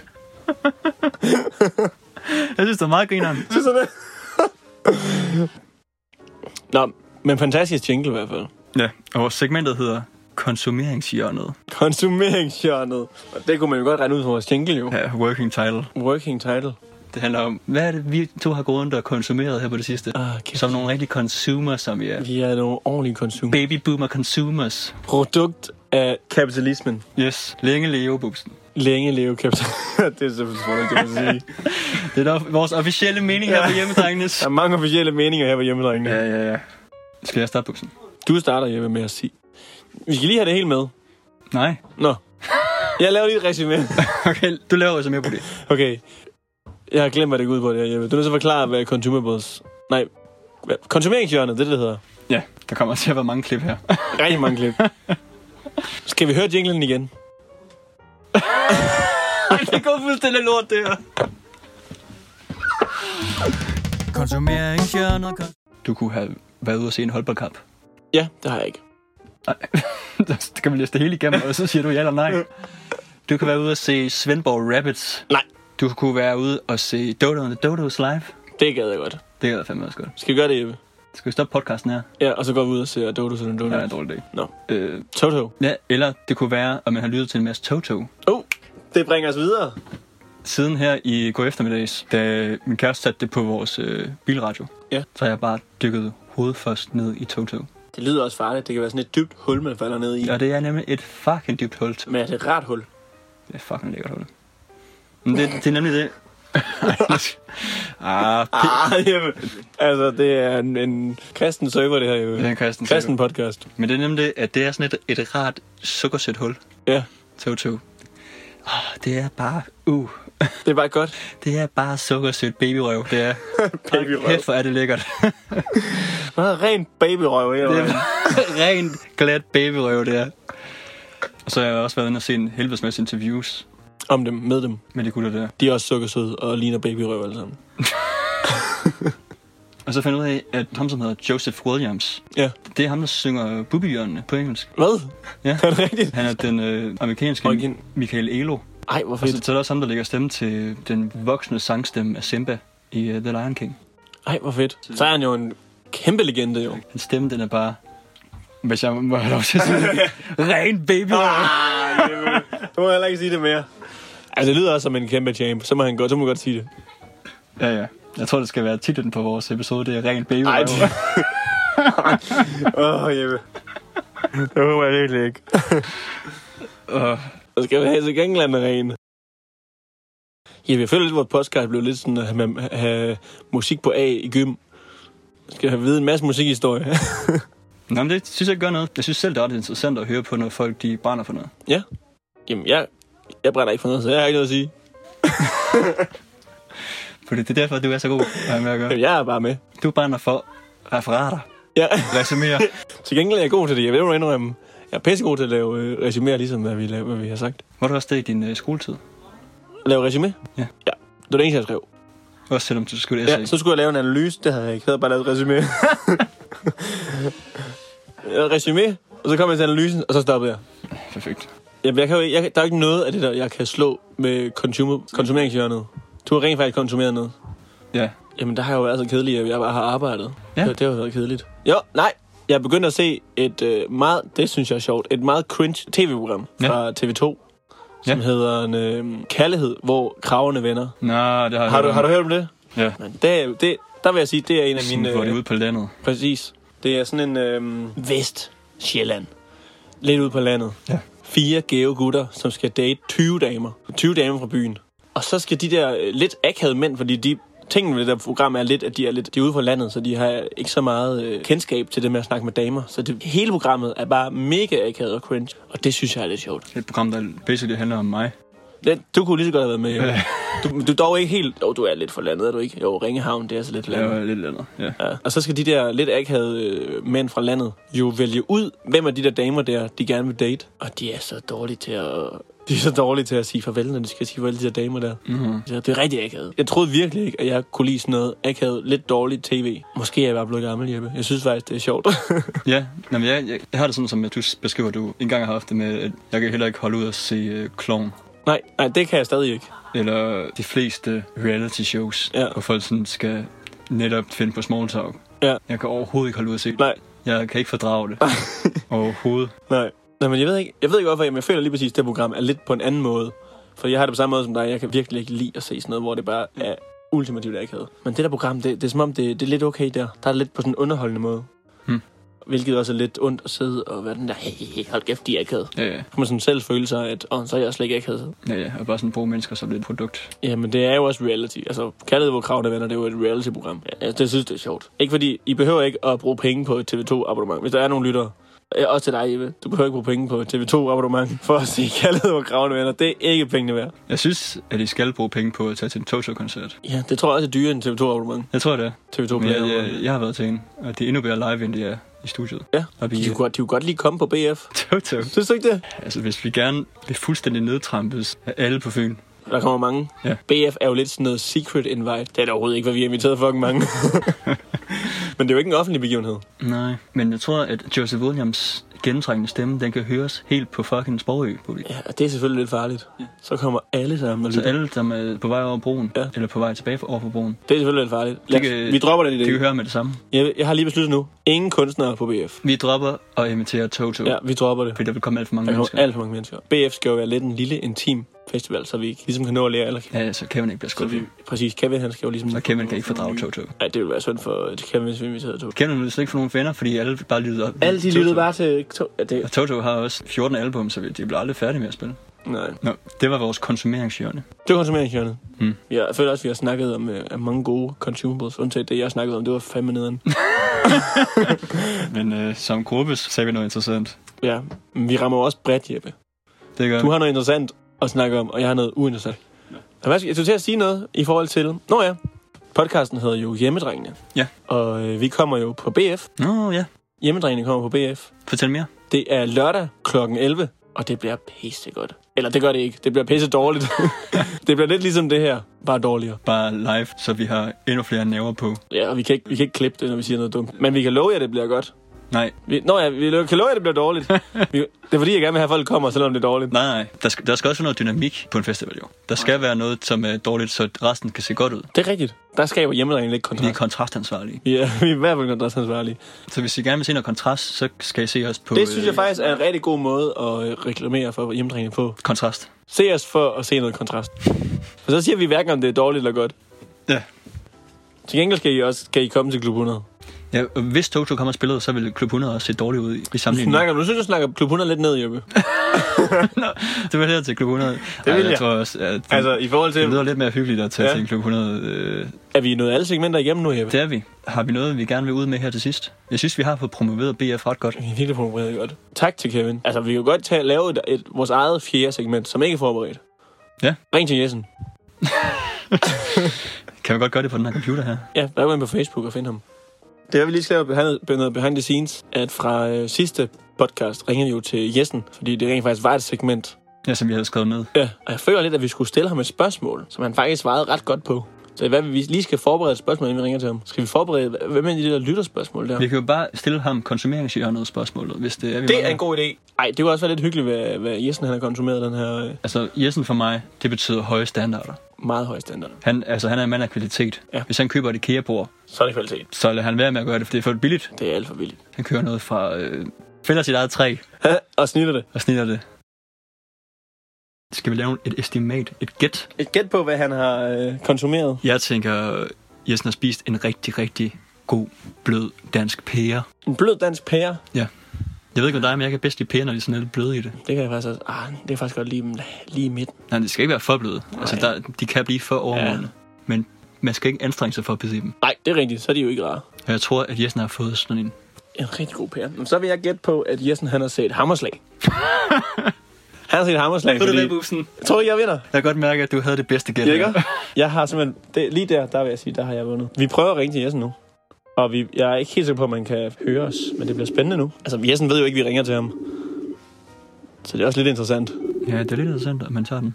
Speaker 2: Jeg synes, det er meget grineren.
Speaker 3: Synes du det? Nå, men fantastisk jingle i hvert fald.
Speaker 2: Ja, og vores segmentet hedder konsumeringshjørnet.
Speaker 3: Konsumeringshjørnet. Og det kunne man jo godt regne ud fra vores jingle jo.
Speaker 2: Ja, working title.
Speaker 3: Working title.
Speaker 2: Det handler om, hvad er det, vi to har gået rundt og konsumeret her på det sidste?
Speaker 3: Ah, kæft.
Speaker 2: Som nogle rigtige consumer, som vi er.
Speaker 3: Vi er nogle ordentlige konsum.
Speaker 2: Baby boomer consumers.
Speaker 3: Produkt af kapitalismen.
Speaker 2: Yes, længe leve, bubsen.
Speaker 3: Længe leve kapitalismen. det er så forsvundet, det må jeg sige.
Speaker 2: Det er da vores officielle mening her på hjemmedrengenes.
Speaker 3: Der er mange officielle meninger her på hjemmedrengene.
Speaker 2: ja, ja, ja. Skal jeg starte buksen?
Speaker 3: Du starter, Jeppe, med at sige. Vi skal lige have det helt med.
Speaker 2: Nej.
Speaker 3: Nå. Jeg laver lige et resume.
Speaker 2: Okay, du laver også mere på det.
Speaker 3: Okay. Jeg har glemt, hvad det går ud på det her, Jeppe. Du er nødt til at forklare, hvad consumables... Nej, hvad- konsumeringshjørnet, det er det, det hedder.
Speaker 2: Ja, der kommer til at være mange klip her.
Speaker 3: Rigtig mange klip. Skal vi høre jinglen igen?
Speaker 2: det går fuldstændig lort, det her. Konsumeringshjørnet. Du kunne have været ude og se en håndboldkamp.
Speaker 3: Ja, det har jeg ikke.
Speaker 2: Nej, det kan man læse det hele igennem, og så siger du ja eller nej. Du kan være ude og se Svendborg Rabbits.
Speaker 3: Nej,
Speaker 2: Du kunne være ude og se Dodo and the Dodos live.
Speaker 3: det gad jeg godt.
Speaker 2: Det er fandme også godt.
Speaker 3: Skal vi gøre det, Jeppe?
Speaker 2: Skal vi stoppe podcasten her?
Speaker 3: Ja, og så går vi ud og ser Dodo til den
Speaker 2: Det er en
Speaker 3: Dodo.
Speaker 2: dårlig dag.
Speaker 3: Nå.
Speaker 2: Øh,
Speaker 3: Toto.
Speaker 2: ja, eller det kunne være, at man har lyttet til en masse Toto.
Speaker 3: Oh, det bringer os videre.
Speaker 2: Siden her i går eftermiddags, da min kæreste satte det på vores øh, bilradio,
Speaker 3: Ja.
Speaker 2: så har jeg bare dykket hovedførst ned i Toto.
Speaker 3: Det lyder også farligt. Det kan være sådan et dybt hul, man falder ned i.
Speaker 2: Og det er nemlig et fucking dybt hul.
Speaker 3: Men er det et rart hul?
Speaker 2: Det er fucking lækkert hul. Men det, det er nemlig det. ah, p-
Speaker 3: Ah, Jeppe. Altså, det er en, en kristen server, det her, Jeppe.
Speaker 2: det er en kristen,
Speaker 3: Kristen podcast.
Speaker 2: Men det er nemlig det, at det er sådan et, et rart sukkersødt hul.
Speaker 3: Ja,
Speaker 2: Toto. Oh, det er bare, uh,
Speaker 3: det er bare godt.
Speaker 2: det er bare sukkersødt babyrøv. Det er,
Speaker 3: Babyrøv.
Speaker 2: Kæft, hvor er det lækkert.
Speaker 3: Meget rent babyrøv her.
Speaker 2: Det
Speaker 3: Det
Speaker 2: er rent glat babyrøv, det er. Og så har jeg også været inde og se en helvedesmasse interviews.
Speaker 3: om dem, med dem.
Speaker 2: med de gutter der.
Speaker 3: De er også sukkersøde og ligner babyrøv alle sammen.
Speaker 2: Og så fandt jeg ud af, at ham, som hedder Joseph Williams,
Speaker 3: Ja.
Speaker 2: det er ham, der synger Bubbihjørnene på engelsk.
Speaker 3: Hvad?
Speaker 2: Ja.
Speaker 3: Er det rigtigt?
Speaker 2: Han er den øh, amerikanske
Speaker 3: Origin.
Speaker 2: Michael Elo.
Speaker 3: Ej, hvor
Speaker 2: Og så,
Speaker 3: fedt.
Speaker 2: så er der også ham, der lægger stemme til den voksne sangstemme af Simba i uh, The Lion King.
Speaker 3: Ej, hvor fedt. Så er han jo en kæmpe legende, jo.
Speaker 2: Hans stemme, den er bare... Hvis jeg må have lov til at sige det. Ren baby. Ah.
Speaker 3: Du må heller ikke sige det mere. Altså, det lyder også som en kæmpe champ. Så må han godt, så må man godt sige det.
Speaker 2: Ja, ja. Jeg tror, det skal være titlen på vores episode. Det er ren baby.
Speaker 3: Ej, det... Åh, oh, Jeppe. Det håber jeg virkelig ikke.
Speaker 2: Og
Speaker 3: Så skal vi have til gengæld en ren. Ja, jeg føler lidt, at vores podcast blev lidt sådan at have, have musik på A i gym. Skal have vide en masse musikhistorie.
Speaker 2: Nå, men det synes jeg ikke gør noget. Jeg synes selv, det er ret interessant at høre på, når folk de brænder for noget.
Speaker 3: Jamen, jeg, jeg brænder ikke for noget, så jeg har ikke noget at sige.
Speaker 2: Fordi det er derfor, du er så god at have med at gøre.
Speaker 3: Jamen, jeg er bare med.
Speaker 2: Du brænder for referater.
Speaker 3: Ja.
Speaker 2: Resumerer.
Speaker 3: Til gengæld er jeg god til det. Jeg vil jo indrømme, jeg er pissegod til at lave øh, resuméer, ligesom hvad vi, laver, hvad vi har sagt.
Speaker 2: Var du også det i din øh, skoletid?
Speaker 3: Lave resume?
Speaker 2: Ja.
Speaker 3: ja. Det var det eneste, jeg skrev.
Speaker 2: Også selvom du skulle
Speaker 3: Ja,
Speaker 2: læse
Speaker 3: så skulle jeg lave en analyse. Det havde jeg ikke. Jeg havde bare lavet et resume. resume, og så kom jeg til analysen, og så stoppede jeg.
Speaker 2: Perfekt.
Speaker 3: Jamen, jeg kan jo, ikke- jeg, der er jo ikke noget af det der, jeg kan slå med consumer, konsumeringshjørnet. Du har rent faktisk konsumeret noget.
Speaker 2: Ja.
Speaker 3: Jamen, der har jeg jo været så kedelig, at jeg bare har arbejdet.
Speaker 2: Ja.
Speaker 3: Det, det har jo været kedeligt. Jo, nej. Jeg er begyndt at se et øh, meget, det synes jeg er sjovt, et meget cringe tv-program
Speaker 2: Ja.
Speaker 3: fra TV2, som
Speaker 2: Ja.
Speaker 3: hedder en øh, kærlighed, hvor kravene vender.
Speaker 2: Nå, det har jeg
Speaker 3: Har du,
Speaker 2: hørt
Speaker 3: har
Speaker 2: om.
Speaker 3: du hørt om det?
Speaker 2: Ja.
Speaker 3: Men det, er- det, der vil jeg sige, det er en af
Speaker 2: Sådan
Speaker 3: mine...
Speaker 2: får
Speaker 3: øh,
Speaker 2: det ud på landet.
Speaker 3: Præcis. Det er sådan en øh, Vest-Sjælland. Lidt ude på landet.
Speaker 2: Ja.
Speaker 3: Fire gave gutter, som skal date 20 damer. 20 damer fra byen. Og så skal de der øh, lidt akavede mænd, fordi de tingene ved det der program er lidt, at de er lidt de er ude på landet, så de har ikke så meget øh, kendskab til det med at snakke med damer. Så det, hele programmet er bare mega akavet og cringe, og det synes jeg er lidt sjovt.
Speaker 2: Et program, der basically handler om mig.
Speaker 3: Det, du kunne lige så godt have været med. Jo. Du, du er dog ikke helt... Jo, du er lidt for landet, er du ikke? Jo, Ringehavn, det er så lidt
Speaker 2: Det
Speaker 3: landet.
Speaker 2: var lidt andet. Ja.
Speaker 3: Ja. Og så skal de der lidt akavede øh, mænd fra landet jo vælge ud, hvem af de der damer der, de gerne vil date. Og de er så dårlige til at... De er så dårlige til at sige farvel, når de skal sige farvel til de der damer der.
Speaker 2: Mm-hmm.
Speaker 3: Så det er rigtig akavet. Jeg troede virkelig ikke, at jeg kunne lide sådan noget akavet, lidt dårligt tv. Måske er jeg bare blevet gammel, Jeppe. Jeg synes faktisk, det er sjovt.
Speaker 2: Ja, Nå, men jeg, jeg, jeg, har det sådan, som at du beskriver, du engang har haft det med, at jeg kan heller ikke holde ud og se uh, Clown.
Speaker 3: nej, nej, det kan jeg stadig ikke.
Speaker 2: Eller de fleste reality shows,
Speaker 3: Ja.
Speaker 2: ja. hvor folk sådan skal netop finde på small talk.
Speaker 3: Ja.
Speaker 2: Jeg kan overhovedet ikke holde ud at se det.
Speaker 3: Nej.
Speaker 2: Jeg kan ikke fordrage det. overhovedet.
Speaker 3: Nej. Nej, men jeg ved ikke, jeg ved ikke hvorfor, men jeg føler lige præcis, at det program er lidt på en anden måde. For jeg har det på samme måde som dig. Jeg kan virkelig ikke lide at se sådan noget, hvor det bare er ultimativt akavet. Men det der program, det, det er som om, det, det er lidt okay der. Der er det lidt på sådan en underholdende måde.
Speaker 2: Hmm.
Speaker 3: Hvilket også er lidt ondt at sidde og være den der, hey, hey, hey, hold kæft, de er akavet.
Speaker 2: Ja, ja.
Speaker 3: Kan man sådan selv føle sig, at åh, så er jeg slet ikke akavet.
Speaker 2: ja, ja. Og bare sådan bruge mennesker som et produkt.
Speaker 3: Jamen, det er jo også reality. Altså, kaldet hvor kravene venner, det er jo et reality-program. Ja, altså, det synes det er sjovt. Ikke fordi, I behøver ikke at bruge penge på et TV2-abonnement. Hvis der er nogle lyttere, Ja, også til dig, Jeppe. Du behøver ikke bruge penge på et TV2-abonnement for at se kaldet hvor kravene venner. Det er ikke pengene værd.
Speaker 2: Jeg synes, at I skal bruge penge på at tage til en Toto-koncert.
Speaker 3: Ja, det tror jeg også er dyrere end TV2-abonnement.
Speaker 2: Jeg tror det.
Speaker 3: TV2
Speaker 2: Men
Speaker 3: Play.
Speaker 2: jeg, jeg, jeg, har været til en, og det er endnu bedre live, end det er i studiet.
Speaker 3: Ja,
Speaker 2: Og vi,
Speaker 3: de kunne, godt, de kunne godt lige komme på BF.
Speaker 2: Toto.
Speaker 3: Synes du ikke det?
Speaker 2: Altså, hvis vi gerne vil fuldstændig nedtrampes af alle på Fyn.
Speaker 3: Der kommer mange.
Speaker 2: Ja.
Speaker 3: BF er jo lidt sådan noget secret invite. Det er da overhovedet ikke, hvad vi har inviteret fucking mange. Men det er jo ikke en offentlig begivenhed.
Speaker 2: Nej. Men jeg tror, at Joseph Williams gennemtrængende stemme, den kan høres helt på fucking Sprogø. publikum.
Speaker 3: Ja, og det er selvfølgelig lidt farligt. Ja. Så kommer alle sammen og
Speaker 2: Altså
Speaker 3: lytter.
Speaker 2: alle, som er på vej over broen,
Speaker 3: Ja.
Speaker 2: ja. eller på vej tilbage over for broen,
Speaker 3: Det er selvfølgelig lidt farligt. Lad,
Speaker 2: Det
Speaker 3: kan,
Speaker 2: kan-
Speaker 3: vi dropper den i
Speaker 2: de kan
Speaker 3: det.
Speaker 2: høre med det samme.
Speaker 3: Jeg, jeg har lige besluttet nu. Ingen kunstnere på BF.
Speaker 2: Vi dropper og inviterer Toto,
Speaker 3: Ja,
Speaker 2: ja.
Speaker 3: vi dropper det.
Speaker 2: fordi der vil komme alt for mange
Speaker 3: Der kommer
Speaker 2: mennesker. Al-
Speaker 3: alt for mange mennesker. BF skal jo være lidt en lille, intim festival, så vi ligesom kan nå at lære alle. at kende.
Speaker 2: ja, så Kevin ikke bliver
Speaker 3: Så
Speaker 2: skuffet.
Speaker 3: vi, præcis, Kevin han skal jo ligesom...
Speaker 2: Så Kevin kan ikke fordrage Toto.
Speaker 3: Nej, det ville være synd for øh, Kevin, hvis vi inviterede to.
Speaker 2: Kevin vil slet ikke få nogen venner, fordi alle bare lyder op.
Speaker 3: Alle de
Speaker 2: Toto.
Speaker 3: lyttede bare til... To. Ja, det,
Speaker 2: Og Toto har også 14 album, så de bliver aldrig færdige med at spille.
Speaker 3: nej.
Speaker 2: Nå, det var vores konsumeringshjørne.
Speaker 3: Det var konsumeringshjørnet.
Speaker 2: Mm.
Speaker 3: Jeg føler også, vi har snakket om uh, mange gode consumables. Undtagen det, jeg snakkede om, det var fandme nederen.
Speaker 2: Men øh, som gruppe så sagde vi noget interessant.
Speaker 3: ja, men vi rammer jo også bredt, Jeppe.
Speaker 2: Det gør
Speaker 3: Du har noget interessant at snakke om, og jeg har noget uinteressant. Ja. Hvad skal jeg til at sige noget i forhold til... Nå ja, podcasten hedder jo Hjemmedrengene.
Speaker 2: Ja.
Speaker 3: Og øh, vi kommer jo på BF.
Speaker 2: Nå ja,
Speaker 3: Hjemmedrengene kommer på BF.
Speaker 2: fortæl mere.
Speaker 3: Det er lørdag kl. 11, og det bliver pissegodt. Eller det gør det ikke. Det bliver pisse dårligt. det bliver lidt ligesom det her, bare dårligere.
Speaker 2: Bare live, så vi har endnu flere nerver på.
Speaker 3: Ja, og vi kan ikke, vi kan ikke klippe det, når vi siger noget dumt. Men vi kan love jer, det bliver godt.
Speaker 2: Nej,
Speaker 3: Vi, nå ja, vi lo- kan love jer, det bliver dårligt. vi, det er fordi, jeg gerne vil have, at folk kommer, selvom det er dårligt.
Speaker 2: nej, nej. Der skal, der skal også være noget dynamik på en festival, jo. Der skal være noget, som er dårligt, så resten kan se godt ud.
Speaker 3: Det er rigtigt. Der skaber hjemmedrengen lidt
Speaker 2: Vi er
Speaker 3: kontrast.
Speaker 2: kontrastansvarlige.
Speaker 3: Ja, vi er i hvert fald kontrastansvarlige.
Speaker 2: Så hvis I gerne vil se noget kontrast, så skal I se os på
Speaker 3: Det synes jeg
Speaker 2: øh,
Speaker 3: faktisk er en rigtig god måde at øh, reklamere for hjemmedrengen på.
Speaker 2: kontrast.
Speaker 3: Se os for at se noget kontrast. For så siger vi hverken, om det er dårligt eller godt.
Speaker 2: Ja.
Speaker 3: Til gengæld skal I også skal I komme til Klub 100.
Speaker 2: ja og hvis Toto kommer og spillede, så ville Klub 100 også se dårligt ud i, i sammenligning.
Speaker 3: Snakker, nu synes jeg, du snakker Klub 100 lidt ned, Jeppe.
Speaker 2: det var her til Klub 100. Det
Speaker 3: vil jeg.
Speaker 2: tror også, at det,
Speaker 3: Altså,
Speaker 2: altså,
Speaker 3: i forhold
Speaker 2: det
Speaker 3: til...
Speaker 2: lyder lidt mere hyggeligt at tage
Speaker 3: Ja.
Speaker 2: ja. til en Klub 100. Øh,
Speaker 3: Er vi nået alle segmenter igennem nu, Jeppe?
Speaker 2: det er vi. Har vi noget, vi gerne vil ud med her til sidst? Jeg synes, vi har fået promoveret BF ret godt.
Speaker 3: Vi er virkelig forberedt godt. Tak til Kevin. Altså, vi kan godt tage, lave et, et, vores eget fjerde segment, som ikke er forberedt.
Speaker 2: Ja.
Speaker 3: Ring til Jessen.
Speaker 2: Kan vi godt gøre det på den her computer her?
Speaker 3: Ja, der er man på Facebook og finde ham. Det har vi lige skrevet behind, behind, behind the scenes, at fra øh, sidste podcast ringede vi jo til Jessen, fordi det rent faktisk var et segment.
Speaker 2: Ja, som vi havde skrevet ned.
Speaker 3: Ja. Og jeg føler lidt, at vi skulle stille ham et spørgsmål, som han faktisk svarede ret godt på. Så hvad vi lige skal forberede et spørgsmål, inden vi ringer til ham. Skal vi forberede, hva- hvad med de der lytterspørgsmål der?
Speaker 2: Vi kan jo bare stille ham konsumeringshjørnet spørgsmålet, hvis det er, vi mangler.
Speaker 3: god idé. Nej, det var også være lidt hyggeligt, hvad, hvad Jessen han har konsumeret den her øh,
Speaker 2: Altså, Jessen for mig, det betyder høje standarder.
Speaker 3: meget høje standard.
Speaker 2: Han, altså, han er en mand af kvalitet.
Speaker 3: Ja.
Speaker 2: Hvis han køber et IKEA-bord,
Speaker 3: Så er det kvalitet.
Speaker 2: så lader han være med at gøre det, for det er for billigt.
Speaker 3: Det er alt for vildt.
Speaker 2: Han kører noget fra... Øh, fælder sit eget træ
Speaker 3: og snitter det.
Speaker 2: og snitter det. Skal vi lave et estimat, et gæt?
Speaker 3: Et gæt på, hvad han har øh, konsumeret.
Speaker 2: Jeg tænker, Jessen har spist en rigtig, rigtig god, blød dansk pære.
Speaker 3: En blød dansk pære.
Speaker 2: Jeg ved ikke, hvad dig, men jeg kan bedst lide pære, når de er sådan lidt bløde i det.
Speaker 3: Det kan jeg faktisk også. Ah, det er faktisk godt lige, lige midt.
Speaker 2: Nej, det skal ikke være for bløde. Altså,
Speaker 3: Nej.
Speaker 2: der, de kan blive for overmålende. Ja. Men man skal ikke anstrenge sig for at bide i dem.
Speaker 3: Nej, det er rigtigt. Så er de jo ikke rare.
Speaker 2: Og jeg tror, at Jessen har fået sådan en...
Speaker 3: En rigtig god pære. Men så vil jeg gætte på, at Jessen han har set hammerslag. han har set hammerslag, fordi...
Speaker 2: Bussen?
Speaker 3: Jeg tror ikke, jeg vinder.
Speaker 2: Jeg kan godt mærke, at du havde det bedste gæt.
Speaker 3: Ikke? Jeg har simpelthen... Det, lige der, der vil jeg sige, der har jeg vundet. Vi prøver at ringe til Jessen nu. Og vi, jeg er ikke helt sikker på, at man kan høre os, men det bliver spændende nu. Altså, Jessen ved jo ikke, at vi ringer til ham. Så det er også lidt interessant.
Speaker 2: Ja, det er lidt interessant, at man tager den.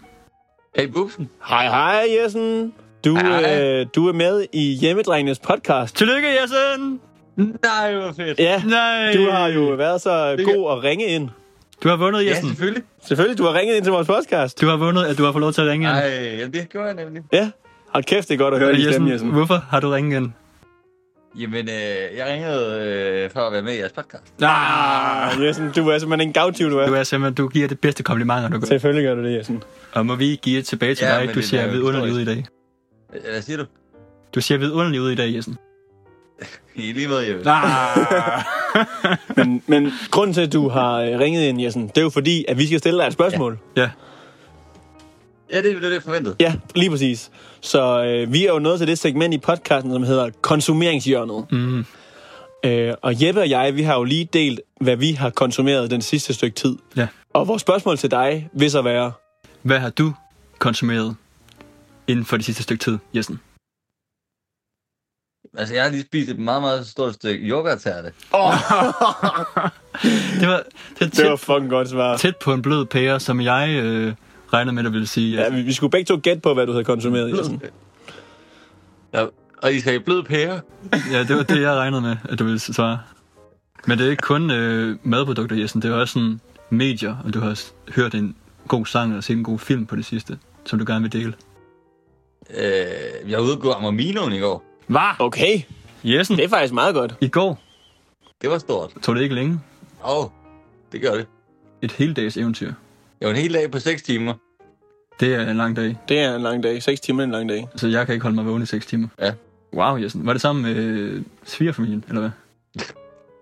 Speaker 4: Hey, Bussen.
Speaker 3: Hej, hej Jessen. Du,
Speaker 4: Hej.
Speaker 3: øh, du er med i Hjemmedrengenes podcast.
Speaker 2: Tillykke, Jessen!
Speaker 4: Nej, hvor fedt.
Speaker 3: Ja,
Speaker 2: Nej!
Speaker 3: du har jo været så
Speaker 4: Det kan-
Speaker 3: god at ringe ind.
Speaker 2: Du har vundet,
Speaker 4: Ja,
Speaker 2: Jessen.
Speaker 4: selvfølgelig.
Speaker 3: Selvfølgelig, du har ringet ind til vores podcast.
Speaker 2: Du har vundet, at du har fået lov til at ringe ind.
Speaker 4: Nej, jamen, det gjorde jeg nemlig.
Speaker 3: Ja, hold kæft, det er godt at høre din
Speaker 2: Jessen,
Speaker 3: stemme, Jessen.
Speaker 2: hvorfor har du ringet ind?
Speaker 4: Jamen, øh, jeg ringede øh, for at være med i jeres podcast.
Speaker 2: Ah,
Speaker 3: Ah, Jessen, du er simpelthen en gavtiv, du er.
Speaker 2: du er simpelthen, du giver det bedste komplimenter, du gør.
Speaker 3: Selvfølgelig gør du det, Jessen.
Speaker 2: Og må vi give det tilbage til
Speaker 4: Ja,
Speaker 2: dig,
Speaker 4: men
Speaker 2: du
Speaker 4: det
Speaker 2: ser
Speaker 4: er jo
Speaker 2: vidunderlig ud i dag.
Speaker 4: Øh, Hvad siger du?
Speaker 2: Du ser vidunderlig ud i dag, Jessen.
Speaker 4: I lige måde, Jeppe.
Speaker 2: Ah.
Speaker 3: Men, men grunden til, at du har øh, ringet ind, Jessen, det er jo fordi, at vi skal stille dig et spørgsmål.
Speaker 2: ja,
Speaker 4: Ja, det er det, jeg forventede.
Speaker 3: Ja, lige præcis. Så øh, vi er jo nået til det segment i podcasten, som hedder konsumeringshjørnet.
Speaker 2: mm.
Speaker 3: Øh, og Jeppe og jeg, vi har jo lige delt, hvad vi har konsumeret den sidste stykke tid.
Speaker 2: ja.
Speaker 3: Og vores spørgsmål til dig vil så være,
Speaker 2: Hvad har du konsumeret inden for det sidste stykke tid, Jessen?
Speaker 4: Altså, jeg har lige spist et meget, meget stort stykke yoghurtærte.
Speaker 2: Det var, det var,
Speaker 3: det var
Speaker 2: tæt,
Speaker 3: fucking godt svar.
Speaker 2: tæt på en blød pære, som jeg øh, regnede med, at ville sige.
Speaker 3: Ja, vi, vi skulle begge to gætte på, hvad du havde konsumeret, Jessen.
Speaker 4: Ja, og I sagde blød pære.
Speaker 2: Ja, det var det, jeg regnede med, at du ville svare. Men det er ikke kun øh, madprodukter, Jessen. Det er også sådan medier, og du har også hørt en god sang eller set en god film på det sidste, som du gerne vil dele.
Speaker 4: Øh, jeg var ude og gå Amaminoen i går.
Speaker 2: Hvad?
Speaker 3: Okay,
Speaker 2: Jessen,
Speaker 3: det er faktisk meget godt.
Speaker 2: i går
Speaker 4: Det var stort.
Speaker 2: tog det ikke længe.
Speaker 4: Åh, oh, det gør det.
Speaker 2: Et heldags eventyr.
Speaker 4: Jeg var en hel dag på 6 timer.
Speaker 2: Det er en lang dag,
Speaker 3: Det er en lang dag. 6 timer er en lang dag.
Speaker 2: så jeg kan ikke holde mig vågen i 6 timer.
Speaker 4: Ja.
Speaker 2: Wow, Jessen. Var det sammen med øh, svigerfamilien, eller hvad?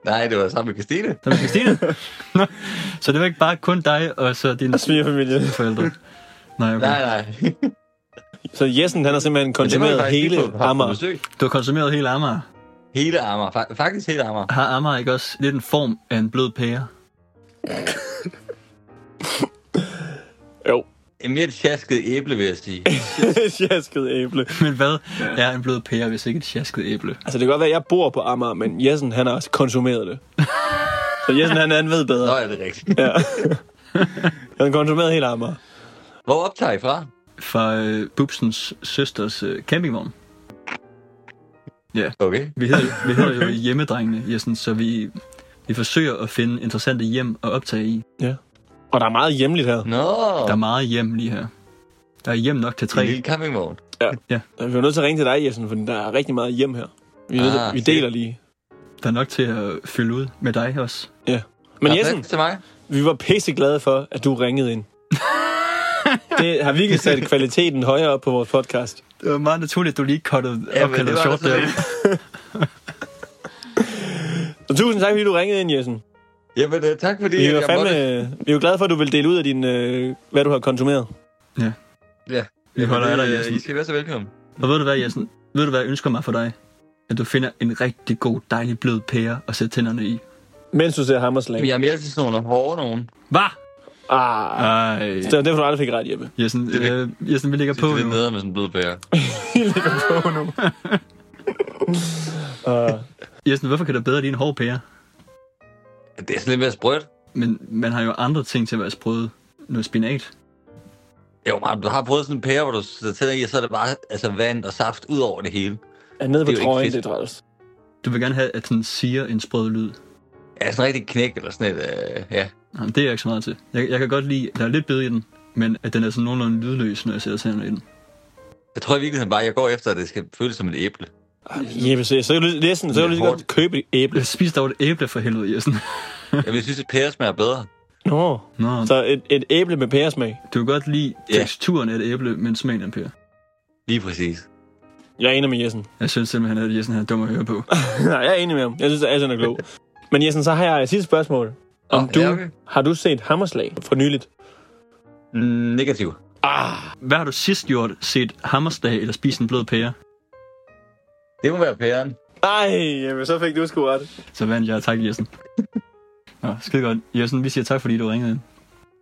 Speaker 4: Nej, det var sammen med Christine.
Speaker 2: Sammen med Christine? Nå, så det var ikke bare kun dig og så dine
Speaker 3: Svigerfamilie.
Speaker 2: forældre? Nej, okay.
Speaker 4: Nej, nej.
Speaker 3: Så Jessen, han har simpelthen
Speaker 2: Altså,
Speaker 3: konsumeret hele Amager.
Speaker 2: Du har konsumeret hele Amager.
Speaker 4: Hele Amager. Fa- faktisk hele Amager.
Speaker 2: Har Amager ikke også lidt en form af en blød pære?
Speaker 3: Jo.
Speaker 4: En mere tjasket æble, vil jeg sige.
Speaker 3: Sjasket æble.
Speaker 2: Men hvad er en blød pære, hvis ikke et sjasket æble?
Speaker 3: Altså, det kan godt være, at jeg bor på Amager, men Jessen, han har også konsumeret det. Så Jessen, han, han ved
Speaker 4: Nå,
Speaker 3: bedre.
Speaker 4: er det rigtigt.
Speaker 3: Ja. Han har konsumeret hele Amager.
Speaker 4: Hvor optager I fra?
Speaker 2: Fra øh, Bubsens søsters øh, campingvogn.
Speaker 4: Okay.
Speaker 2: Vi hedder, vi hedder jo hjemmedrengene, Jessen, så vi, vi forsøger at finde interessante hjem at optage i.
Speaker 3: Og der er meget hjemligt her.
Speaker 4: Nå,
Speaker 2: Der er meget hjem lige her. Der er hjem nok til
Speaker 4: en
Speaker 2: tre.
Speaker 4: lille campingvogn.
Speaker 3: Vi er nødt til at ringe til dig, Jessen, for der er rigtig meget hjem her. Vi, er nødt til,
Speaker 4: Ah,
Speaker 3: vi
Speaker 4: fedt.
Speaker 3: deler lige.
Speaker 2: Der er nok til at fylde ud med dig også.
Speaker 3: Men
Speaker 4: Der er
Speaker 3: Jessen,
Speaker 4: plads til mig.
Speaker 3: vi var pisseglade for, at du ringede ind. Det har virkelig sat kvaliteten højere op på vores podcast.
Speaker 2: Det var meget naturligt, at du lige cuttede
Speaker 4: Ja, men
Speaker 2: opkaldet
Speaker 4: det var
Speaker 2: short
Speaker 4: da så
Speaker 2: der.
Speaker 4: lidt.
Speaker 3: Så tusind tak, fordi du ringede ind, Jessen.
Speaker 4: Jamen, øh, tak fordi
Speaker 3: Vi
Speaker 4: at
Speaker 3: er,
Speaker 4: jeg måtte.
Speaker 3: fandme, vi er jo glade for, at du vil dele ud af din, øh, hvad du har konsumeret.
Speaker 2: Vi holder af
Speaker 4: Jamen,
Speaker 2: dig,
Speaker 4: øh,
Speaker 2: Jessen.
Speaker 4: I skal være så velkommen.
Speaker 2: Og ved du hvad, Jessen? Ved du hvad, jeg ønsker mig for dig? At du finder en rigtig god, dejlig blød pære at sætte tænderne i.
Speaker 3: Mens du ser Hammerslag.
Speaker 4: Jamen, jeg er mere til sådan nogle hårde nogen.
Speaker 2: Hvad?
Speaker 3: Ah,
Speaker 2: Ej.
Speaker 3: det var derfor, du aldrig fik ret, Jeppe.
Speaker 2: Jessen,
Speaker 4: det-
Speaker 2: øh, Jessen, vi ligger
Speaker 4: Det
Speaker 2: på
Speaker 4: er lidt
Speaker 2: nu.
Speaker 4: nedere med sådan en blød pære.
Speaker 3: Uh,
Speaker 2: Jessen, hvorfor kan du bedre lide en hård pære?
Speaker 4: Det er sådan lidt mere sprødt.
Speaker 2: Men man har jo andre ting til at være sprøde. Noget spinat.
Speaker 4: Jo, man, du har prøvet sådan en pære, hvor du sætter tænder i, og så er det bare altså, vand og saft ud over det hele.
Speaker 3: er nede på
Speaker 4: Det er jo ikke
Speaker 3: trøjen,
Speaker 4: fedt.
Speaker 3: det er træls. Ja,
Speaker 2: Du vil gerne have, at den siger en sprød lyd.
Speaker 4: Ja, sådan en rigtig knæk eller sådan et, øh, ja.
Speaker 2: Nå, det er jeg ikke så meget til. Jeg, jeg kan godt lide, at der er lidt bid i den, men at den er sådan nogenlunde lydløs, når jeg sætter tænderne i den.
Speaker 4: Jeg tror i virkeligheden bare, at jeg går efter, at det skal føles som et æble.
Speaker 3: Jeppe, så, så kan du lige- Jessen, så kan du lige så godt
Speaker 4: Hårdt.
Speaker 3: købe et æble.
Speaker 2: Spis dog et æble for helvede, Jessen.
Speaker 4: Jamen, jeg synes, at pære smager bedre.
Speaker 3: Nå,
Speaker 2: Nå,
Speaker 3: så et, et æble med pæresmag.
Speaker 2: du kan godt lide
Speaker 4: Ja.
Speaker 2: teksturen af et æble, men smagen af en pære.
Speaker 4: Lige præcis.
Speaker 3: Jeg er enig med Jessen.
Speaker 2: Jeg synes simpelthen, at Jessen han er dum at høre på.
Speaker 3: Nej, jeg er enig med ham. Jeg synes, at Alison er klog. Men Jessen, så har jeg et sidste spørgsmål. Om
Speaker 4: Nå,
Speaker 3: du,
Speaker 4: ja, okay.
Speaker 3: Har du set Hammerslag for nyligt?
Speaker 4: Mm, Negativ.
Speaker 3: Ah.
Speaker 2: Hvad har du sidst gjort? Set hammerslag eller spist en blød pære?
Speaker 4: Det må være pæren.
Speaker 3: Nej, Jeppe, så fik du sgu ret.
Speaker 2: Så vandt jeg. Tak, Jessen. Nå, skide godt. Jessen, vi siger tak, fordi du ringede ind.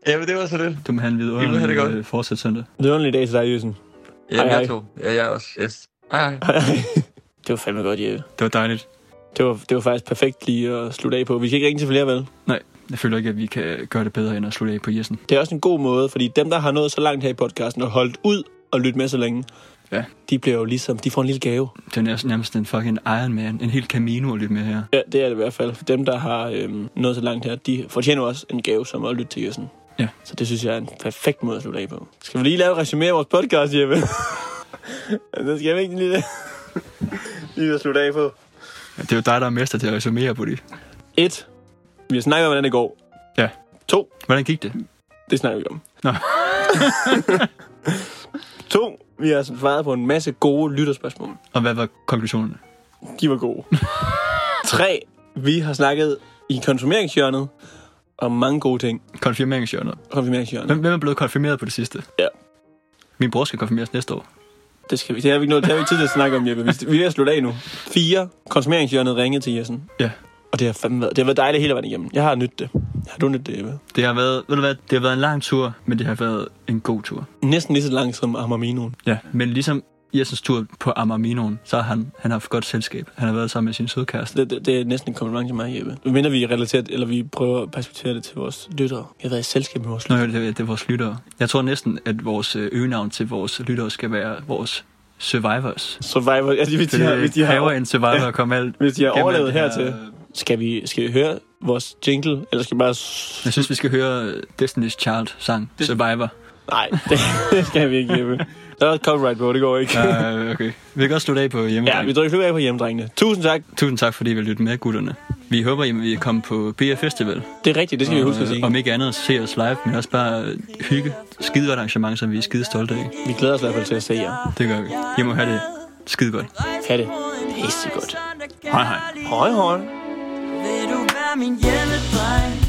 Speaker 4: Jamen, det var så det.
Speaker 2: Du må have en videre
Speaker 4: Jamen, det er det godt.
Speaker 2: fortsat søndag.
Speaker 3: Det er en dag til dig, Jessen.
Speaker 4: Jamen,
Speaker 3: Hej,
Speaker 4: jeg
Speaker 3: hej.
Speaker 4: tog. Ja, jeg også. Yes. Hej, hej.
Speaker 3: det var fandme godt, Jeppe.
Speaker 2: Det var dejligt.
Speaker 3: Det var, det var faktisk perfekt lige at slutte af på. Vi kan ikke ringe til flere, vel?
Speaker 2: Jeg føler ikke, at vi kan gøre det bedre, end at slutte af på Jessen.
Speaker 3: Det er også en god måde, fordi dem, der har nået så langt her i podcasten og holdt ud og lyttet med så længe,
Speaker 2: Ja.
Speaker 3: de bliver jo ligesom, de får en lille gave.
Speaker 2: Det er næsten- nærmest en fucking Iron Man. En hel Camino at lytte med her.
Speaker 3: Ja, det er det i hvert fald. Dem, der har øhm, nået så langt her, de fortjener også en gave, som at lytte til Jøssen.
Speaker 2: Ja.
Speaker 3: Så det synes jeg er en perfekt måde at slutte af på. Skal vi lige lave et resumé af vores podcast, Jeppe? det skal vi ikke lige, lige at slutte af på.
Speaker 2: Ja, det er jo dig, der er mester til at resumere på det.
Speaker 3: 1. Vi har snakket om, hvordan det går.
Speaker 2: Ja.
Speaker 3: 2.
Speaker 2: Hvordan gik det?
Speaker 3: Det snakker vi ikke om.
Speaker 2: Nå.
Speaker 3: 2. Vi har altså svaret på en masse gode lytterspørgsmål.
Speaker 2: Og hvad var konklusionerne?
Speaker 3: De var gode. 3. Vi har snakket i konfirmeringshjørnet om mange gode ting.
Speaker 2: Konfirmeringshjørnet.
Speaker 3: Konfirmeringshjørnet.
Speaker 2: Hvem, hvem er blevet konfirmeret på det sidste?
Speaker 3: Ja.
Speaker 2: Min bror skal konfirmeres næste år.
Speaker 3: Det, skal vi, det har vi ikke, noget, det har vi ikke tid til at snakke om, Jeppe. Vi, vi er ved at slutte af nu. 4. Konfirmeringshjørnet ringede til Jessen.
Speaker 2: Ja.
Speaker 3: Og det har fandme været, det har været dejligt hele vejen igennem. Jeg har nydt det. Har du nydt det, Jeppe?
Speaker 2: Det har været, ved du hvad, det har været en lang tur, men det har været en god tur.
Speaker 3: Næsten lige så langt som Amarminoen.
Speaker 2: Ja. Men ligesom Jessens tur på Amarminoen, så har han, han haft godt selskab. Han har været sammen med sin søde kæreste.
Speaker 3: Det, det, det, er næsten en kompliment til mig, Jeppe. Men mindre vi relaterer det, eller vi prøver at perspektivere det til vores lyttere. Jeg har været i selskab med vores
Speaker 2: Nå,
Speaker 3: lyttere.
Speaker 2: jo, det, er- det er vores lyttere. Jeg tror næsten, at vores øh, øgenavn til vores lyttere skal være vores survivors. øh,
Speaker 3: Survivor, altså hvis de har, hvis de
Speaker 2: Haver
Speaker 3: har,
Speaker 2: en survivor at komme alt.
Speaker 3: hvis de har
Speaker 2: gennem alt
Speaker 3: overlevet
Speaker 2: det her,
Speaker 3: hertil.
Speaker 2: øh,
Speaker 3: Skal vi, skal vi høre vores jingle, eller skal vi bare... s-
Speaker 2: Jeg synes, vi skal høre øh, Destiny's Child sang Survivor.
Speaker 3: Nej, det, det skal vi ikke, Jeppe. Der er copyright på, det går ikke.
Speaker 2: Uh, okay. Vi kan godt slutte af på hjemme.
Speaker 3: Ja, vi drikker klub af på hjemmedrengene. Tusind tak.
Speaker 2: Tusind tak, fordi I vil lytte med, gutterne. Vi håber, I vil komme på BR Festival.
Speaker 3: Det er rigtigt, det skal vi huske at
Speaker 2: Og, øh,
Speaker 3: sige.
Speaker 2: Om ikke andet, se os live, men også bare øh, hygge. Skide godt arrangement, som vi er skide stolte af.
Speaker 3: Vi glæder os i hvert fald til at se jer.
Speaker 2: Det gør vi. I må have det skide godt.
Speaker 3: Ha' det pissegodt.
Speaker 2: Hej, hej.
Speaker 3: Hej, hej.
Speaker 1: Vil du være min hjemmedreng? altså